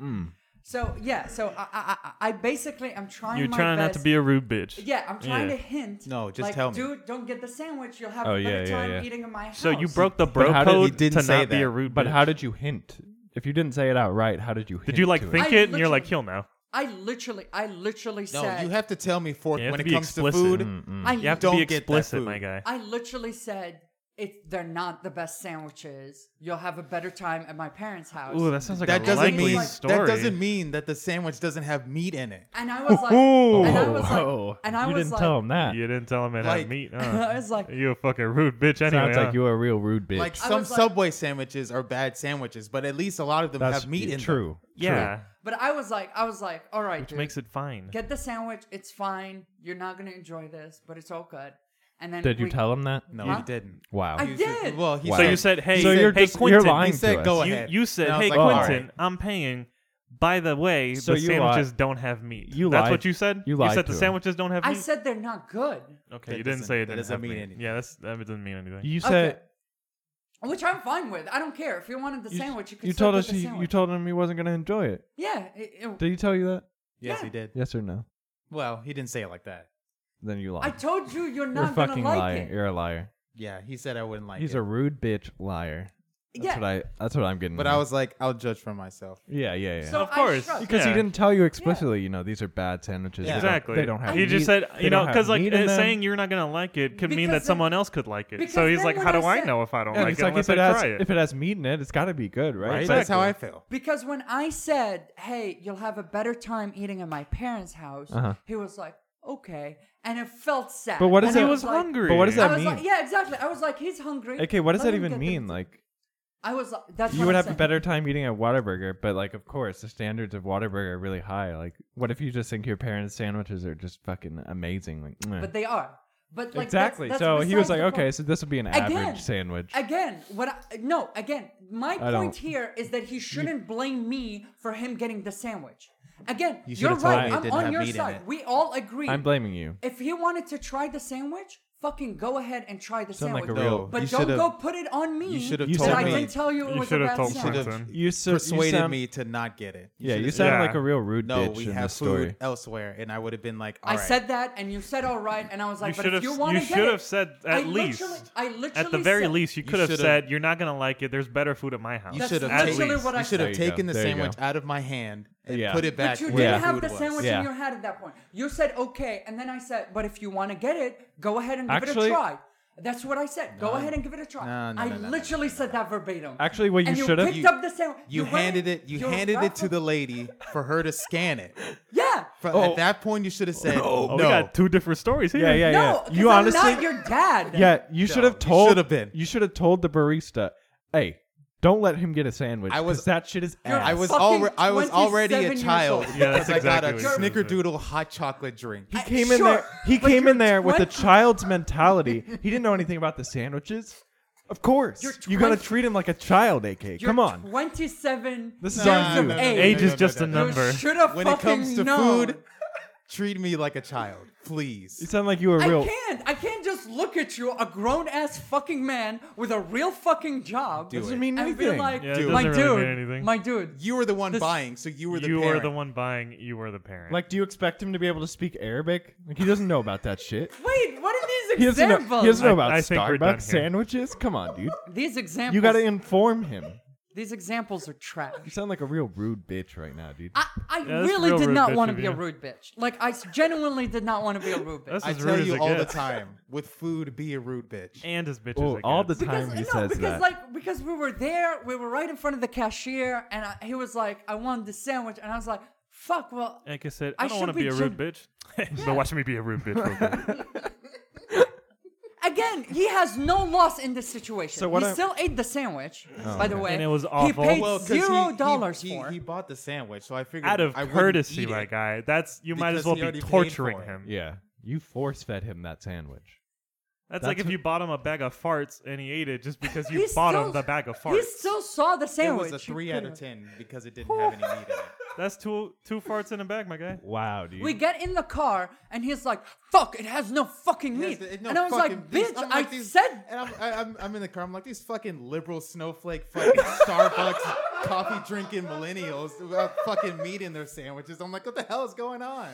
[SPEAKER 6] mm.
[SPEAKER 5] So yeah, so I, I, I- I basically I'm trying.
[SPEAKER 3] You're
[SPEAKER 5] my
[SPEAKER 3] trying not
[SPEAKER 5] best.
[SPEAKER 3] to be a rude bitch.
[SPEAKER 5] Yeah, I'm trying
[SPEAKER 3] Yeah.
[SPEAKER 5] to hint.
[SPEAKER 4] No, just
[SPEAKER 5] like,
[SPEAKER 4] tell me.
[SPEAKER 5] Dude, don't get the sandwich. You'll have
[SPEAKER 6] Oh,
[SPEAKER 5] a better
[SPEAKER 6] yeah, yeah,
[SPEAKER 5] time
[SPEAKER 6] yeah.
[SPEAKER 5] eating in my house.
[SPEAKER 3] So you broke the bro
[SPEAKER 6] how did- he
[SPEAKER 3] code
[SPEAKER 4] didn't
[SPEAKER 3] to
[SPEAKER 4] say
[SPEAKER 3] not be
[SPEAKER 4] that.
[SPEAKER 3] a rude
[SPEAKER 6] But
[SPEAKER 3] bitch.
[SPEAKER 6] how did you hint? If you didn't say it outright, how did you? Hint
[SPEAKER 3] Did you like
[SPEAKER 6] to it?
[SPEAKER 3] think
[SPEAKER 5] I
[SPEAKER 3] it, and you're like,
[SPEAKER 5] literally-
[SPEAKER 3] he'll know.
[SPEAKER 5] I literally, I literally
[SPEAKER 4] No,
[SPEAKER 5] said.
[SPEAKER 4] you have to tell me for
[SPEAKER 3] You have
[SPEAKER 4] when
[SPEAKER 3] to
[SPEAKER 4] it
[SPEAKER 3] be
[SPEAKER 4] comes
[SPEAKER 3] explicit.
[SPEAKER 4] to food.
[SPEAKER 5] I,
[SPEAKER 3] Mm. You have
[SPEAKER 5] lit-
[SPEAKER 3] to
[SPEAKER 4] Don't
[SPEAKER 3] be
[SPEAKER 4] get that
[SPEAKER 3] explicit,
[SPEAKER 4] food.
[SPEAKER 3] my guy.
[SPEAKER 5] I literally said it. They're not the best sandwiches. You'll have a better time at my parents' house.
[SPEAKER 3] Ooh, that sounds like
[SPEAKER 4] That
[SPEAKER 3] a
[SPEAKER 4] doesn't
[SPEAKER 3] likely
[SPEAKER 4] mean
[SPEAKER 3] story.
[SPEAKER 4] that doesn't mean that the sandwich doesn't have meat in it.
[SPEAKER 5] and I was like,
[SPEAKER 3] Ooh.
[SPEAKER 5] and I was
[SPEAKER 6] Whoa.
[SPEAKER 5] like, and I
[SPEAKER 6] you
[SPEAKER 5] was
[SPEAKER 6] didn't
[SPEAKER 5] like,
[SPEAKER 6] tell him that.
[SPEAKER 3] You didn't tell him it
[SPEAKER 4] Like-
[SPEAKER 3] had
[SPEAKER 6] [LAUGHS]
[SPEAKER 3] meat.
[SPEAKER 5] I
[SPEAKER 3] Huh?
[SPEAKER 5] was like,
[SPEAKER 3] you a fucking rude bitch anyway. uh,
[SPEAKER 6] Sounds
[SPEAKER 3] huh?
[SPEAKER 6] like you were a real rude bitch.
[SPEAKER 4] Like
[SPEAKER 5] I
[SPEAKER 4] some
[SPEAKER 5] was like-
[SPEAKER 4] Subway sandwiches are bad sandwiches, but at least a lot of them
[SPEAKER 6] That's
[SPEAKER 4] have meat in them.
[SPEAKER 6] true.
[SPEAKER 3] yeah,
[SPEAKER 5] but I was like, I was like, all right,
[SPEAKER 3] which
[SPEAKER 5] dude,
[SPEAKER 3] makes it fine.
[SPEAKER 5] get the sandwich. It's fine. You're not gonna enjoy this, but it's all good. And then
[SPEAKER 6] Did you
[SPEAKER 5] we-
[SPEAKER 6] tell him that?
[SPEAKER 4] No,
[SPEAKER 5] Huh?
[SPEAKER 4] he didn't.
[SPEAKER 6] Wow.
[SPEAKER 5] I
[SPEAKER 4] He
[SPEAKER 5] did.
[SPEAKER 4] Well, he
[SPEAKER 6] Wow.
[SPEAKER 3] So you said, hey,
[SPEAKER 4] he said-
[SPEAKER 6] you're
[SPEAKER 3] hey,
[SPEAKER 6] just-
[SPEAKER 3] Quinton.
[SPEAKER 6] you're lying
[SPEAKER 4] he said,
[SPEAKER 6] to
[SPEAKER 4] "Go
[SPEAKER 6] us.
[SPEAKER 3] You,
[SPEAKER 4] ahead."
[SPEAKER 3] you said,
[SPEAKER 4] And I was
[SPEAKER 3] hey,
[SPEAKER 4] like,
[SPEAKER 6] "All
[SPEAKER 3] Quentin, I'm paying. By the way,
[SPEAKER 6] So
[SPEAKER 3] the
[SPEAKER 6] you
[SPEAKER 3] sandwiches
[SPEAKER 6] lied-
[SPEAKER 3] don't have meat.
[SPEAKER 6] you
[SPEAKER 3] That's
[SPEAKER 6] lied-
[SPEAKER 3] what you said.
[SPEAKER 6] you
[SPEAKER 3] You
[SPEAKER 6] lied
[SPEAKER 3] said the
[SPEAKER 6] to him.
[SPEAKER 3] sandwiches don't have
[SPEAKER 5] I
[SPEAKER 3] meat.
[SPEAKER 5] said they're not good,
[SPEAKER 3] okay,
[SPEAKER 4] That
[SPEAKER 3] you didn't say it didn't
[SPEAKER 4] doesn't- that doesn't
[SPEAKER 3] have
[SPEAKER 4] mean
[SPEAKER 3] meat.
[SPEAKER 4] anything.
[SPEAKER 3] Yeah, that's, that doesn't mean anything.
[SPEAKER 6] You
[SPEAKER 5] Okay.
[SPEAKER 6] said
[SPEAKER 5] which I'm fine with. I don't care if you wanted the
[SPEAKER 6] you,
[SPEAKER 5] sandwich. You could
[SPEAKER 6] you
[SPEAKER 5] still
[SPEAKER 6] told
[SPEAKER 5] get
[SPEAKER 6] us
[SPEAKER 5] the
[SPEAKER 6] he, you
[SPEAKER 5] sandwich.
[SPEAKER 6] told him he wasn't going to enjoy it.
[SPEAKER 5] yeah. it- it-
[SPEAKER 6] Did he tell you that?
[SPEAKER 4] Yes,
[SPEAKER 5] Yeah.
[SPEAKER 4] he did.
[SPEAKER 6] Yes or no?
[SPEAKER 4] Well, he didn't say it like that.
[SPEAKER 6] Then you lied.
[SPEAKER 5] I told you you're
[SPEAKER 6] You're a
[SPEAKER 5] not gonna
[SPEAKER 6] fucking
[SPEAKER 5] like
[SPEAKER 6] liar.
[SPEAKER 5] it.
[SPEAKER 6] You're a liar.
[SPEAKER 4] Yeah, he said I wouldn't like
[SPEAKER 6] He's
[SPEAKER 4] it.
[SPEAKER 6] a rude bitch liar. That's
[SPEAKER 5] yeah.
[SPEAKER 6] what I. That's what I'm getting.
[SPEAKER 4] but
[SPEAKER 6] at.
[SPEAKER 4] I was like, I'll judge for myself.
[SPEAKER 6] Yeah, yeah, yeah.
[SPEAKER 5] So
[SPEAKER 3] Of
[SPEAKER 5] I
[SPEAKER 3] course.
[SPEAKER 5] shrugged.
[SPEAKER 6] because
[SPEAKER 3] Yeah.
[SPEAKER 6] he didn't tell you explicitly, you know, these are bad sandwiches.
[SPEAKER 4] Yeah.
[SPEAKER 6] They don't-
[SPEAKER 3] Exactly.
[SPEAKER 6] They don't have.
[SPEAKER 3] He just
[SPEAKER 6] meat-
[SPEAKER 3] said,
[SPEAKER 6] they
[SPEAKER 3] you
[SPEAKER 6] don't
[SPEAKER 3] know,
[SPEAKER 6] have
[SPEAKER 3] because like
[SPEAKER 6] meat in
[SPEAKER 3] uh,
[SPEAKER 6] them.
[SPEAKER 3] saying you're not gonna like it could mean
[SPEAKER 5] Because
[SPEAKER 3] that
[SPEAKER 5] then-
[SPEAKER 3] someone else could like it.
[SPEAKER 5] because
[SPEAKER 3] So he's
[SPEAKER 5] then
[SPEAKER 3] like,
[SPEAKER 5] when
[SPEAKER 3] how
[SPEAKER 5] I
[SPEAKER 3] do I
[SPEAKER 5] said-
[SPEAKER 3] know if I don't
[SPEAKER 6] Yeah,
[SPEAKER 3] like
[SPEAKER 6] it's
[SPEAKER 3] it
[SPEAKER 6] like
[SPEAKER 3] unless I
[SPEAKER 6] if it has
[SPEAKER 3] try it?
[SPEAKER 6] if it has meat in it, it's got to be good, right?
[SPEAKER 4] Right?
[SPEAKER 6] But-
[SPEAKER 4] That's how I feel.
[SPEAKER 5] Because when I said, "Hey, you'll have a better time eating at my parents' house,"
[SPEAKER 6] Uh-huh.
[SPEAKER 5] he was like, "Okay," and it felt sad.
[SPEAKER 6] But what
[SPEAKER 5] And
[SPEAKER 6] does
[SPEAKER 5] I
[SPEAKER 6] that-
[SPEAKER 3] He was
[SPEAKER 5] like-
[SPEAKER 3] hungry.
[SPEAKER 6] But what does
[SPEAKER 5] I
[SPEAKER 6] that
[SPEAKER 5] was
[SPEAKER 6] mean?
[SPEAKER 5] like, yeah, exactly. I was like, "He's hungry."
[SPEAKER 6] Okay, what does
[SPEAKER 5] Let
[SPEAKER 6] that
[SPEAKER 5] him
[SPEAKER 6] even
[SPEAKER 5] get the-
[SPEAKER 6] mean? Like,
[SPEAKER 5] I was like, that's
[SPEAKER 6] you
[SPEAKER 5] what
[SPEAKER 6] would
[SPEAKER 5] I'm
[SPEAKER 6] have a
[SPEAKER 5] saying.
[SPEAKER 6] better time eating at Whataburger, but like, of course, the standards of Whataburger are really high. Like, what if you just think your parents' sandwiches are just fucking amazing? Like, meh.
[SPEAKER 5] But they are. But like that's-
[SPEAKER 6] exactly.
[SPEAKER 5] that's
[SPEAKER 6] so he
[SPEAKER 5] besides
[SPEAKER 6] was like,
[SPEAKER 5] the
[SPEAKER 6] okay,
[SPEAKER 5] point.
[SPEAKER 6] so this would be an
[SPEAKER 5] Again.
[SPEAKER 6] average sandwich.
[SPEAKER 5] Again, what? I, no, again, my
[SPEAKER 6] I
[SPEAKER 5] point
[SPEAKER 6] don't-
[SPEAKER 5] here is that he shouldn't blame me for him getting the sandwich. Again,
[SPEAKER 4] You
[SPEAKER 5] you are
[SPEAKER 4] should've told
[SPEAKER 5] right.
[SPEAKER 4] me it
[SPEAKER 5] I'm
[SPEAKER 4] didn't
[SPEAKER 5] on
[SPEAKER 4] have
[SPEAKER 5] your
[SPEAKER 4] meat in
[SPEAKER 5] side.
[SPEAKER 4] it.
[SPEAKER 5] We all agree.
[SPEAKER 6] I'm blaming you.
[SPEAKER 5] if he wanted to try the sandwich, fucking go ahead and try the
[SPEAKER 6] Sound like
[SPEAKER 5] sandwich.
[SPEAKER 6] a real- No,
[SPEAKER 5] but
[SPEAKER 4] you
[SPEAKER 5] don't
[SPEAKER 4] should've-
[SPEAKER 5] go put it on me.
[SPEAKER 4] you should've
[SPEAKER 5] that
[SPEAKER 6] told
[SPEAKER 5] I
[SPEAKER 6] me.
[SPEAKER 5] didn't tell you it
[SPEAKER 3] You
[SPEAKER 5] was a
[SPEAKER 3] should have
[SPEAKER 5] bad
[SPEAKER 3] told
[SPEAKER 5] sandwich.
[SPEAKER 3] Quentin.
[SPEAKER 6] You so,
[SPEAKER 4] persuaded
[SPEAKER 6] you sound,
[SPEAKER 4] me to not get it. You
[SPEAKER 6] Yeah,
[SPEAKER 4] should've
[SPEAKER 6] you
[SPEAKER 4] said,
[SPEAKER 6] sound
[SPEAKER 3] Yeah.
[SPEAKER 6] like a real rude
[SPEAKER 4] no,
[SPEAKER 6] bitch
[SPEAKER 4] we
[SPEAKER 6] in
[SPEAKER 4] have
[SPEAKER 6] this
[SPEAKER 4] food
[SPEAKER 6] story.
[SPEAKER 4] elsewhere, and I would have been like, all
[SPEAKER 5] I
[SPEAKER 4] right.
[SPEAKER 5] said that, and you said all right, and I was
[SPEAKER 3] You
[SPEAKER 5] like, but
[SPEAKER 3] should have.
[SPEAKER 5] if you want
[SPEAKER 3] You
[SPEAKER 5] to get
[SPEAKER 3] should
[SPEAKER 5] it,
[SPEAKER 3] have said
[SPEAKER 5] I
[SPEAKER 3] at least.
[SPEAKER 5] literally- I literally
[SPEAKER 3] at the very
[SPEAKER 5] said-
[SPEAKER 3] least, you
[SPEAKER 4] You
[SPEAKER 3] could have
[SPEAKER 4] shoulda-
[SPEAKER 3] said, "You're not gonna like it. There's better food at my house."
[SPEAKER 4] you
[SPEAKER 5] That's
[SPEAKER 4] should have
[SPEAKER 5] literally
[SPEAKER 4] taken,
[SPEAKER 5] what I
[SPEAKER 4] you should have
[SPEAKER 6] said. There you
[SPEAKER 4] taken
[SPEAKER 6] go.
[SPEAKER 4] the
[SPEAKER 6] There you
[SPEAKER 4] sandwich
[SPEAKER 6] go.
[SPEAKER 4] out of my hand and
[SPEAKER 6] Yeah.
[SPEAKER 4] put it
[SPEAKER 5] But
[SPEAKER 4] back.
[SPEAKER 5] you
[SPEAKER 4] where
[SPEAKER 5] did
[SPEAKER 4] the
[SPEAKER 6] Yeah.
[SPEAKER 5] have
[SPEAKER 4] food
[SPEAKER 5] the
[SPEAKER 4] was.
[SPEAKER 5] sandwich in
[SPEAKER 6] Yeah.
[SPEAKER 5] your hand at that point. You said okay, and then I said, but if you want to get it, go ahead and give it a
[SPEAKER 6] Actually-
[SPEAKER 5] try. That's what I said. Go ahead and give it a try.
[SPEAKER 4] No, no,
[SPEAKER 5] I
[SPEAKER 4] no, no, no,
[SPEAKER 5] literally said that verbatim.
[SPEAKER 6] Actually, what
[SPEAKER 5] And
[SPEAKER 6] you should have-
[SPEAKER 5] picked
[SPEAKER 4] You-
[SPEAKER 5] up the sandwich.
[SPEAKER 4] You,
[SPEAKER 5] went in,
[SPEAKER 4] handed it. You
[SPEAKER 5] you're
[SPEAKER 4] handed it to
[SPEAKER 5] raffle-
[SPEAKER 4] the lady for her to scan it.
[SPEAKER 5] yeah.
[SPEAKER 4] But At that point, you should have said,
[SPEAKER 3] Oh,
[SPEAKER 4] "No,
[SPEAKER 3] we got two different stories here.
[SPEAKER 6] Yeah, yeah,
[SPEAKER 5] No,
[SPEAKER 6] yeah.
[SPEAKER 5] Oh, 'cause
[SPEAKER 6] You
[SPEAKER 5] I'm
[SPEAKER 6] honestly,
[SPEAKER 5] not your dad.
[SPEAKER 6] yeah, you should have
[SPEAKER 4] you
[SPEAKER 6] told.
[SPEAKER 4] should've been.
[SPEAKER 6] You should have told the barista, hey, don't let him get a sandwich.
[SPEAKER 4] I was-
[SPEAKER 6] 'cause that shit is.
[SPEAKER 5] You're
[SPEAKER 6] ass."
[SPEAKER 4] I was
[SPEAKER 5] fucking
[SPEAKER 4] alre- I was already
[SPEAKER 5] 27
[SPEAKER 4] a
[SPEAKER 5] years
[SPEAKER 4] child
[SPEAKER 5] old.
[SPEAKER 3] Yeah, that's
[SPEAKER 4] because I got a
[SPEAKER 3] exactly what it is.
[SPEAKER 4] snickerdoodle hot chocolate drink.
[SPEAKER 6] He
[SPEAKER 5] I-
[SPEAKER 6] came in
[SPEAKER 5] sure,
[SPEAKER 6] there. He
[SPEAKER 5] but
[SPEAKER 6] came
[SPEAKER 5] you're
[SPEAKER 6] in there with a
[SPEAKER 5] 20 [LAUGHS]
[SPEAKER 6] child's mentality. He didn't know anything about the sandwiches. Of course,
[SPEAKER 5] You're
[SPEAKER 6] you gotta
[SPEAKER 5] 20
[SPEAKER 6] treat him like a child, AK.
[SPEAKER 5] You're
[SPEAKER 6] Come on,
[SPEAKER 5] 27.
[SPEAKER 6] this is
[SPEAKER 4] No,
[SPEAKER 6] on
[SPEAKER 4] no,
[SPEAKER 6] you.
[SPEAKER 4] no, no,
[SPEAKER 5] Age
[SPEAKER 3] is just a
[SPEAKER 5] You
[SPEAKER 3] number. Remember.
[SPEAKER 5] should have
[SPEAKER 4] When it
[SPEAKER 5] fucking
[SPEAKER 4] comes to
[SPEAKER 5] known.
[SPEAKER 4] food, treat me like a child, please.
[SPEAKER 6] You sound like you were
[SPEAKER 5] I
[SPEAKER 6] real.
[SPEAKER 5] can't. I can't just look at you, a grown ass fucking man with a real fucking job.
[SPEAKER 4] Do
[SPEAKER 6] Doesn't mean
[SPEAKER 5] and be
[SPEAKER 6] anything.
[SPEAKER 5] like,
[SPEAKER 3] Yeah, it
[SPEAKER 5] my
[SPEAKER 3] doesn't really
[SPEAKER 5] dude,
[SPEAKER 3] mean anything.
[SPEAKER 5] my dude.
[SPEAKER 4] You were the one
[SPEAKER 5] This-
[SPEAKER 4] buying, so you were the
[SPEAKER 3] you were
[SPEAKER 4] parent.
[SPEAKER 3] the one buying. You were the parent.
[SPEAKER 6] Like, do you expect him to be able to speak Arabic? Like, he doesn't know about that shit.
[SPEAKER 5] Wait, what are
[SPEAKER 6] He
[SPEAKER 5] these
[SPEAKER 6] doesn't know,
[SPEAKER 5] examples?
[SPEAKER 6] he doesn't know
[SPEAKER 3] I-
[SPEAKER 6] about
[SPEAKER 3] I think we're done
[SPEAKER 6] Starbucks
[SPEAKER 3] here.
[SPEAKER 6] sandwiches. Come on, dude.
[SPEAKER 5] these examples.
[SPEAKER 6] You gotta inform him.
[SPEAKER 5] these examples are trash.
[SPEAKER 6] You sound like a real rude bitch right now, dude.
[SPEAKER 5] I, I
[SPEAKER 3] that's
[SPEAKER 5] really
[SPEAKER 3] real
[SPEAKER 5] did
[SPEAKER 3] rude
[SPEAKER 5] not
[SPEAKER 3] bitch
[SPEAKER 5] want to
[SPEAKER 3] of
[SPEAKER 5] be a
[SPEAKER 3] you.
[SPEAKER 5] rude bitch. Like I s- genuinely did not want to be a rude bitch.
[SPEAKER 3] That's
[SPEAKER 4] I
[SPEAKER 3] as
[SPEAKER 4] tell
[SPEAKER 3] rude as
[SPEAKER 4] you
[SPEAKER 3] it
[SPEAKER 4] all
[SPEAKER 3] gets.
[SPEAKER 4] the time, with food, be a rude bitch.
[SPEAKER 3] and as bitches.
[SPEAKER 6] Oh, all the
[SPEAKER 5] because
[SPEAKER 6] time he
[SPEAKER 5] no,
[SPEAKER 6] says
[SPEAKER 5] because
[SPEAKER 6] that.
[SPEAKER 5] like because we were there, we were right in front of the cashier, and I, he was like, "I want the sandwich," and I was like, "Fuck, well,
[SPEAKER 3] Like I said,
[SPEAKER 5] I
[SPEAKER 3] I don't want to
[SPEAKER 5] should
[SPEAKER 3] be
[SPEAKER 5] be
[SPEAKER 3] a rude
[SPEAKER 5] gen-
[SPEAKER 4] [LAUGHS]
[SPEAKER 3] bitch. so watch me be a rude bitch. Real quick.
[SPEAKER 5] Again, he has no loss in this situation.
[SPEAKER 6] So what
[SPEAKER 5] he
[SPEAKER 6] I-
[SPEAKER 5] still ate the sandwich, by the way.
[SPEAKER 3] Oh. And it was
[SPEAKER 5] He
[SPEAKER 3] awful.
[SPEAKER 5] paid
[SPEAKER 3] Well,
[SPEAKER 4] Because he-
[SPEAKER 5] zero
[SPEAKER 4] he-
[SPEAKER 5] dollars
[SPEAKER 4] he,
[SPEAKER 5] for.
[SPEAKER 4] He bought the sandwich, so I figured
[SPEAKER 3] Out of
[SPEAKER 4] I wouldn't
[SPEAKER 3] courtesy,
[SPEAKER 4] eat
[SPEAKER 3] my
[SPEAKER 4] it.
[SPEAKER 3] guy. That's you might
[SPEAKER 4] Because
[SPEAKER 3] as well
[SPEAKER 4] he
[SPEAKER 3] be
[SPEAKER 4] already paid
[SPEAKER 3] torturing
[SPEAKER 4] for it.
[SPEAKER 3] him.
[SPEAKER 6] yeah, you force fed him that sandwich.
[SPEAKER 3] That's,
[SPEAKER 6] That's
[SPEAKER 3] like if
[SPEAKER 6] what-
[SPEAKER 3] you bought him a bag of farts and he ate it just because you
[SPEAKER 5] He
[SPEAKER 3] bought
[SPEAKER 5] still-
[SPEAKER 3] him the bag of farts.
[SPEAKER 5] He still saw the
[SPEAKER 4] It
[SPEAKER 5] sandwich.
[SPEAKER 4] was a
[SPEAKER 5] He
[SPEAKER 4] three out
[SPEAKER 5] could've-
[SPEAKER 4] of ten because it didn't have any meat
[SPEAKER 5] [LAUGHS]
[SPEAKER 4] in it.
[SPEAKER 3] That's two two farts in a bag, my guy.
[SPEAKER 6] Wow, dude.
[SPEAKER 5] We get in the car and he's like, "Fuck! It has no fucking meat."
[SPEAKER 4] Yes, no
[SPEAKER 5] and I was like,
[SPEAKER 4] fucking- these-
[SPEAKER 5] "Bitch,
[SPEAKER 4] I'm
[SPEAKER 5] I
[SPEAKER 4] like, these-
[SPEAKER 5] said."
[SPEAKER 4] And I'm, I- I'm, I'm in the car. I'm like, these fucking liberal snowflake,
[SPEAKER 5] [LAUGHS]
[SPEAKER 4] fucking Starbucks coffee drinking millennials who have fucking meat in their sandwiches. I'm like, what the hell is going on?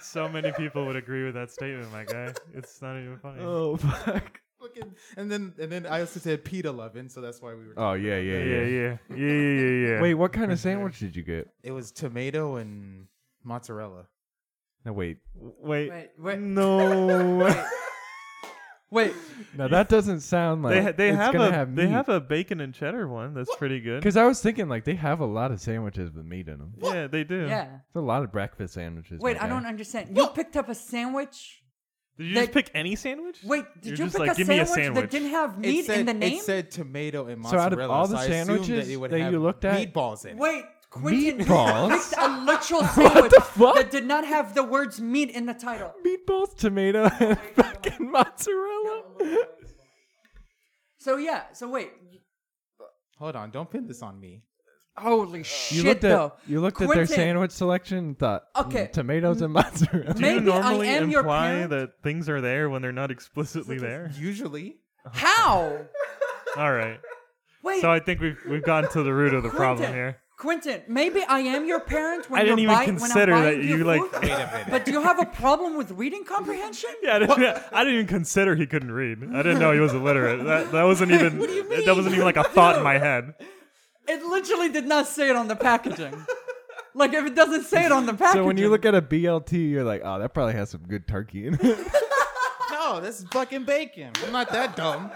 [SPEAKER 3] So many people would agree with that statement, my guy. It's not even funny.
[SPEAKER 6] oh fuck.
[SPEAKER 4] Fucking, and then and then I also said pita loving, so that's why we were.
[SPEAKER 6] Oh yeah,
[SPEAKER 3] yeah,
[SPEAKER 6] yeah, yeah.
[SPEAKER 3] yeah, yeah, yeah, yeah, yeah.
[SPEAKER 6] Wait, what kind of sandwich did you get?
[SPEAKER 4] It was tomato and mozzarella.
[SPEAKER 6] No, wait.
[SPEAKER 3] wait,
[SPEAKER 5] Wait, wait,
[SPEAKER 4] [LAUGHS]
[SPEAKER 6] No.
[SPEAKER 5] wait.
[SPEAKER 6] no, that doesn't sound like
[SPEAKER 3] they ha- they
[SPEAKER 6] it's
[SPEAKER 3] have
[SPEAKER 6] gonna
[SPEAKER 3] a
[SPEAKER 6] have
[SPEAKER 3] they have a bacon and cheddar one. That's pretty good.
[SPEAKER 6] Because I was thinking like they have a lot of sandwiches with meat in them.
[SPEAKER 3] Yeah, they do.
[SPEAKER 5] Yeah.
[SPEAKER 6] There's a lot of breakfast sandwiches.
[SPEAKER 5] Wait,
[SPEAKER 6] my
[SPEAKER 5] I
[SPEAKER 6] guy.
[SPEAKER 5] don't understand. You picked up a sandwich.
[SPEAKER 3] Did you
[SPEAKER 5] They-
[SPEAKER 3] just pick any sandwich?
[SPEAKER 5] Wait, did
[SPEAKER 3] You're
[SPEAKER 5] you
[SPEAKER 3] just
[SPEAKER 5] pick
[SPEAKER 3] like,
[SPEAKER 5] a,
[SPEAKER 3] "Give me a
[SPEAKER 5] sandwich that
[SPEAKER 3] sandwich."
[SPEAKER 5] didn't have
[SPEAKER 4] It
[SPEAKER 5] meat
[SPEAKER 4] said,
[SPEAKER 5] in the name?
[SPEAKER 4] It said tomato and
[SPEAKER 6] So
[SPEAKER 4] mozzarella.
[SPEAKER 6] out of all the
[SPEAKER 4] so I assumed
[SPEAKER 6] sandwiches
[SPEAKER 4] that, it would
[SPEAKER 6] that you
[SPEAKER 4] have
[SPEAKER 6] looked at-
[SPEAKER 4] meatballs in. it.
[SPEAKER 5] Wait, Quentin, you
[SPEAKER 6] Meatballs?
[SPEAKER 5] picked a
[SPEAKER 4] [LAUGHS]
[SPEAKER 5] literal sandwich
[SPEAKER 6] fuck?
[SPEAKER 5] that did not have the words "meat" in the title.
[SPEAKER 6] meatballs, tomato, and [LAUGHS] fucking mozzarella.
[SPEAKER 5] So yeah, so wait.
[SPEAKER 4] Hold on, don't pin this on me.
[SPEAKER 5] Holy shit,
[SPEAKER 6] You looked at
[SPEAKER 5] though.
[SPEAKER 6] you looked at
[SPEAKER 5] Quentin,
[SPEAKER 6] their sandwich selection and thought, mm,
[SPEAKER 5] Okay.
[SPEAKER 6] tomatoes
[SPEAKER 5] [LAUGHS]
[SPEAKER 6] and mozzarella.
[SPEAKER 3] do you
[SPEAKER 5] maybe I
[SPEAKER 3] normally
[SPEAKER 5] am your
[SPEAKER 3] imply
[SPEAKER 5] parent.
[SPEAKER 3] that things are there when they're not explicitly
[SPEAKER 5] [LAUGHS]
[SPEAKER 3] there?
[SPEAKER 4] Usually,
[SPEAKER 5] How?
[SPEAKER 3] All right.
[SPEAKER 5] Wait,
[SPEAKER 3] So I think we've we've gotten to the root of the problem
[SPEAKER 5] Quentin,
[SPEAKER 3] here.
[SPEAKER 5] Quinton, maybe I am your parent when
[SPEAKER 3] I didn't
[SPEAKER 5] you're
[SPEAKER 3] even
[SPEAKER 5] buy- when I'm
[SPEAKER 3] consider that
[SPEAKER 5] buying your
[SPEAKER 3] you, like-
[SPEAKER 5] food,
[SPEAKER 3] Wait
[SPEAKER 4] a minute.
[SPEAKER 5] But do you have a problem with reading comprehension?
[SPEAKER 3] [LAUGHS] Yeah, I didn't, I didn't even consider he couldn't read. I didn't know he was illiterate. That, that wasn't even
[SPEAKER 5] [LAUGHS] What do you mean?
[SPEAKER 3] that wasn't even like a thought in my head.
[SPEAKER 5] It literally did not say it on the packaging.
[SPEAKER 3] [LAUGHS]
[SPEAKER 5] like if it doesn't say it on the packaging.
[SPEAKER 6] So when you look at a BLT, you're like, oh, that probably has some good turkey in it.
[SPEAKER 5] Oh,
[SPEAKER 4] no, this is fucking bacon. I'm not that dumb.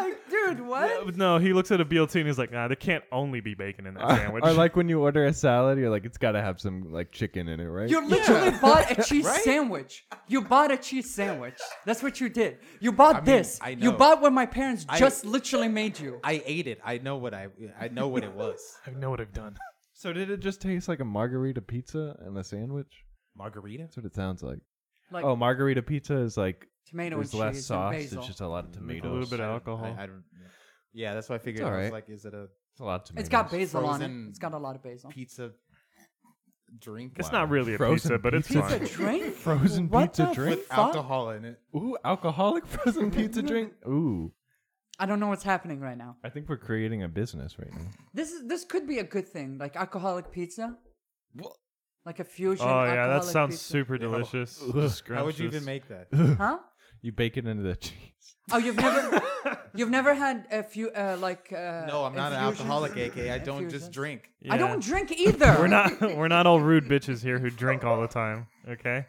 [SPEAKER 5] like, dude, what?
[SPEAKER 3] No, he looks at a BLT and he's like, nah, there can't only be bacon in that sandwich.
[SPEAKER 6] or like when you order a salad, you're like, it's got to have some like chicken in it, right?
[SPEAKER 5] You literally bought a cheese sandwich. You bought a cheese sandwich. That's what you did. You bought this.
[SPEAKER 4] I
[SPEAKER 5] You
[SPEAKER 4] know.
[SPEAKER 5] bought what my parents
[SPEAKER 4] I-
[SPEAKER 5] just literally made you.
[SPEAKER 4] I ate it. I know what I I know what it was.
[SPEAKER 3] I know what I've
[SPEAKER 5] [LAUGHS]
[SPEAKER 3] done.
[SPEAKER 6] so did it just taste like a margarita pizza and a sandwich?
[SPEAKER 4] Margarita.
[SPEAKER 6] That's what it sounds like.
[SPEAKER 5] Like
[SPEAKER 6] oh, margarita pizza is like
[SPEAKER 5] tomato
[SPEAKER 6] there's
[SPEAKER 5] and
[SPEAKER 6] less
[SPEAKER 5] cheese
[SPEAKER 6] sauce.
[SPEAKER 5] and basil.
[SPEAKER 6] It's just a lot of tomatoes.
[SPEAKER 3] A little bit of alcohol.
[SPEAKER 4] I, I don't. Yeah, that's why I figured.
[SPEAKER 6] It's all
[SPEAKER 4] I was
[SPEAKER 6] right.
[SPEAKER 4] like, is it a
[SPEAKER 6] it's a lot of tomatoes.
[SPEAKER 5] it's got basil on
[SPEAKER 4] frozen
[SPEAKER 5] it. It's got a lot of basil.
[SPEAKER 4] pizza drink?
[SPEAKER 3] it's
[SPEAKER 4] Wow.
[SPEAKER 3] not really a
[SPEAKER 6] Frozen
[SPEAKER 3] pizza, but it's
[SPEAKER 6] pizza.
[SPEAKER 3] fine.
[SPEAKER 5] Pizza drink?
[SPEAKER 6] Frozen
[SPEAKER 5] What
[SPEAKER 6] pizza
[SPEAKER 5] the
[SPEAKER 6] drink?
[SPEAKER 5] fuck?
[SPEAKER 4] alcohol in it.
[SPEAKER 6] Ooh, alcoholic [LAUGHS] frozen
[SPEAKER 5] [LAUGHS]
[SPEAKER 6] pizza drink. Ooh,
[SPEAKER 5] I don't know what's happening right now.
[SPEAKER 6] I think we're creating a business right now.
[SPEAKER 5] This is this could be a good thing, like alcoholic pizza, like a fusion.
[SPEAKER 3] Oh yeah, that
[SPEAKER 5] alcoholic
[SPEAKER 3] sounds
[SPEAKER 5] pizza.
[SPEAKER 3] super delicious.
[SPEAKER 4] How would you even
[SPEAKER 3] Scrumptious.
[SPEAKER 4] make that?
[SPEAKER 3] [LAUGHS]
[SPEAKER 5] Huh?
[SPEAKER 6] You bake it into the [LAUGHS] cheese.
[SPEAKER 5] Oh, you've never, you've never had a few uh, like. Uh,
[SPEAKER 4] No, I'm not an
[SPEAKER 5] infusions?
[SPEAKER 4] alcoholic, AK. I don't just
[SPEAKER 5] Infusions?
[SPEAKER 4] drink.
[SPEAKER 5] I
[SPEAKER 3] Yeah.
[SPEAKER 5] don't drink either.
[SPEAKER 3] We're not we're not all rude bitches here who drink all the time. Okay.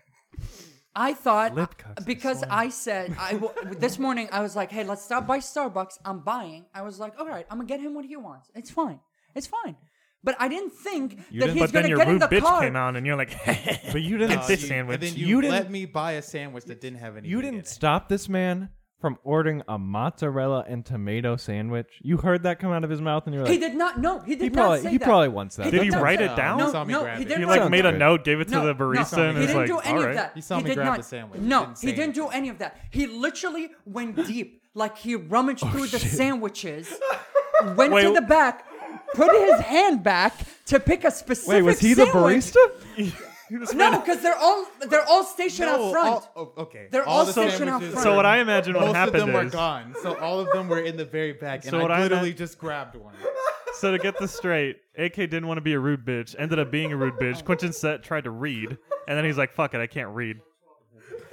[SPEAKER 5] I thought
[SPEAKER 3] Lip cups, I
[SPEAKER 5] because I said I w- [LAUGHS] this morning I was like, "Hey, let's stop by Starbucks. I'm buying." I was like, "All right, I'm gonna get him what he wants. It's fine. It's fine." But I didn't think that
[SPEAKER 3] didn't-
[SPEAKER 5] he's
[SPEAKER 3] but then
[SPEAKER 5] gonna
[SPEAKER 3] your
[SPEAKER 5] get in
[SPEAKER 3] rude
[SPEAKER 5] the
[SPEAKER 3] bitch
[SPEAKER 5] car.
[SPEAKER 3] came on, and you're like, [LAUGHS] but you
[SPEAKER 4] No,
[SPEAKER 3] didn't this
[SPEAKER 4] you-
[SPEAKER 3] sandwich.
[SPEAKER 4] Uh, And then you,
[SPEAKER 6] You
[SPEAKER 4] let
[SPEAKER 6] didn't-
[SPEAKER 4] me buy a sandwich that didn't have any.
[SPEAKER 6] You
[SPEAKER 4] meat in
[SPEAKER 6] didn't
[SPEAKER 4] it.
[SPEAKER 6] stop this man from ordering a mozzarella and tomato sandwich. You heard that come out of his mouth, and you're like,
[SPEAKER 5] He did not. No, he did
[SPEAKER 6] He
[SPEAKER 5] not
[SPEAKER 6] probably-
[SPEAKER 5] say
[SPEAKER 6] he
[SPEAKER 5] that.
[SPEAKER 6] probably wants that.
[SPEAKER 3] Did he
[SPEAKER 5] not
[SPEAKER 3] write
[SPEAKER 5] say
[SPEAKER 3] it
[SPEAKER 5] that.
[SPEAKER 3] down?
[SPEAKER 5] No,
[SPEAKER 4] He saw me
[SPEAKER 5] no,
[SPEAKER 4] grab
[SPEAKER 5] he
[SPEAKER 4] it.
[SPEAKER 5] did
[SPEAKER 3] he
[SPEAKER 5] not.
[SPEAKER 3] like
[SPEAKER 6] Sounds
[SPEAKER 3] made a
[SPEAKER 6] good.
[SPEAKER 3] note, gave it to
[SPEAKER 5] No,
[SPEAKER 3] the
[SPEAKER 5] no,
[SPEAKER 3] barista, and
[SPEAKER 5] he
[SPEAKER 3] it's
[SPEAKER 5] didn't
[SPEAKER 3] like,
[SPEAKER 5] do
[SPEAKER 3] all
[SPEAKER 5] any
[SPEAKER 3] right.
[SPEAKER 5] of that.
[SPEAKER 4] He saw
[SPEAKER 5] he
[SPEAKER 4] me
[SPEAKER 5] did
[SPEAKER 4] grab
[SPEAKER 5] not,
[SPEAKER 4] the sandwich.
[SPEAKER 5] No,
[SPEAKER 4] Didn't say
[SPEAKER 5] he didn't do
[SPEAKER 4] anything.
[SPEAKER 5] any of that. He literally
[SPEAKER 4] [LAUGHS]
[SPEAKER 5] went deep, like he rummaged through
[SPEAKER 3] [LAUGHS]
[SPEAKER 5] the sandwiches, went to
[SPEAKER 3] Oh, Wait.
[SPEAKER 5] the back, put his hand back to pick a specific.
[SPEAKER 6] "Wait, was he the
[SPEAKER 5] sandwich.
[SPEAKER 6] barista?"
[SPEAKER 3] [LAUGHS]
[SPEAKER 5] No, because they're all they're all stationed
[SPEAKER 4] No,
[SPEAKER 5] out front.
[SPEAKER 4] all- oh, okay.
[SPEAKER 5] They're all
[SPEAKER 4] the
[SPEAKER 5] stationed out
[SPEAKER 4] sandwiches-
[SPEAKER 5] front.
[SPEAKER 3] So what I imagine what
[SPEAKER 4] most of
[SPEAKER 3] happened
[SPEAKER 4] them were
[SPEAKER 3] is,
[SPEAKER 4] gone. So all of them were in the very back, and
[SPEAKER 3] So
[SPEAKER 4] I
[SPEAKER 3] what I
[SPEAKER 4] literally
[SPEAKER 3] meant-
[SPEAKER 4] just
[SPEAKER 5] [LAUGHS]
[SPEAKER 4] grabbed one.
[SPEAKER 3] so to get this straight, AK didn't want to be a rude bitch, ended up being a rude bitch. Quentin set tried to read, and then he's like, fuck it, I can't read.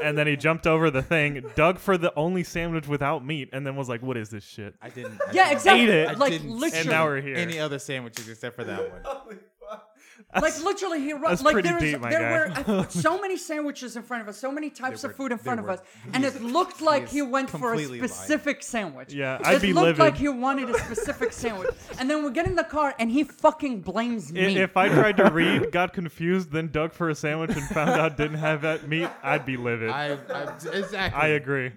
[SPEAKER 3] And then he jumped over the thing, dug for the only sandwich without meat, and then was like, what is this shit?
[SPEAKER 4] I didn't. I
[SPEAKER 5] yeah,
[SPEAKER 4] didn't-
[SPEAKER 5] exactly.
[SPEAKER 3] ate it,
[SPEAKER 4] I
[SPEAKER 5] like
[SPEAKER 4] didn't
[SPEAKER 5] literally,
[SPEAKER 3] And now we're here.
[SPEAKER 4] Any other sandwiches except for
[SPEAKER 3] [LAUGHS]
[SPEAKER 4] that one?
[SPEAKER 5] like literally, he ru-
[SPEAKER 3] that's
[SPEAKER 5] like
[SPEAKER 3] pretty
[SPEAKER 5] there, is,
[SPEAKER 3] deep, my [LAUGHS]
[SPEAKER 5] there
[SPEAKER 3] guy.
[SPEAKER 5] were uh, so many sandwiches in front of us, so many types
[SPEAKER 4] They
[SPEAKER 5] of
[SPEAKER 4] were-
[SPEAKER 5] food in
[SPEAKER 4] they
[SPEAKER 5] front of
[SPEAKER 4] were-
[SPEAKER 5] us, and it looked like he went for a
[SPEAKER 4] completely lying.
[SPEAKER 5] specific sandwich.
[SPEAKER 3] Yeah, I'd
[SPEAKER 5] it
[SPEAKER 3] be
[SPEAKER 5] looked
[SPEAKER 3] livid.
[SPEAKER 5] like he wanted a specific sandwich, and then we get in the car, and he fucking blames
[SPEAKER 3] I-
[SPEAKER 5] me.
[SPEAKER 3] If I tried [LAUGHS] to read, got confused, then dug for a sandwich and found out didn't have that meat, I'd be livid. I,
[SPEAKER 4] I, I exactly.
[SPEAKER 3] agree.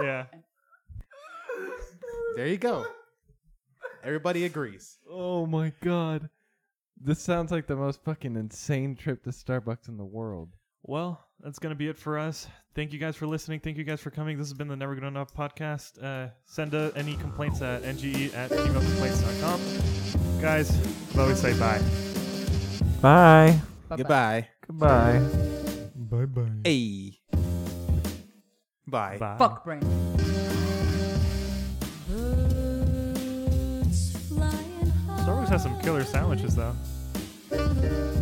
[SPEAKER 3] Yeah.
[SPEAKER 4] There you go. Everybody agrees.
[SPEAKER 6] Oh my god. This sounds like the most fucking insane trip to Starbucks in the world.
[SPEAKER 3] Well, that's gonna be it for us. Thank you guys for listening. Thank you guys for coming. This has been the Never Good Enough podcast. Uh, send uh, any complaints at nge at gmailcomplaints.com. Guys, we always say bye.
[SPEAKER 6] Bye.
[SPEAKER 4] Goodbye.
[SPEAKER 6] Goodbye.
[SPEAKER 4] Hey. Bye.
[SPEAKER 3] Bye.
[SPEAKER 5] Fuck brain.
[SPEAKER 7] Birds flying high.
[SPEAKER 3] Starbucks has some killer sandwiches though.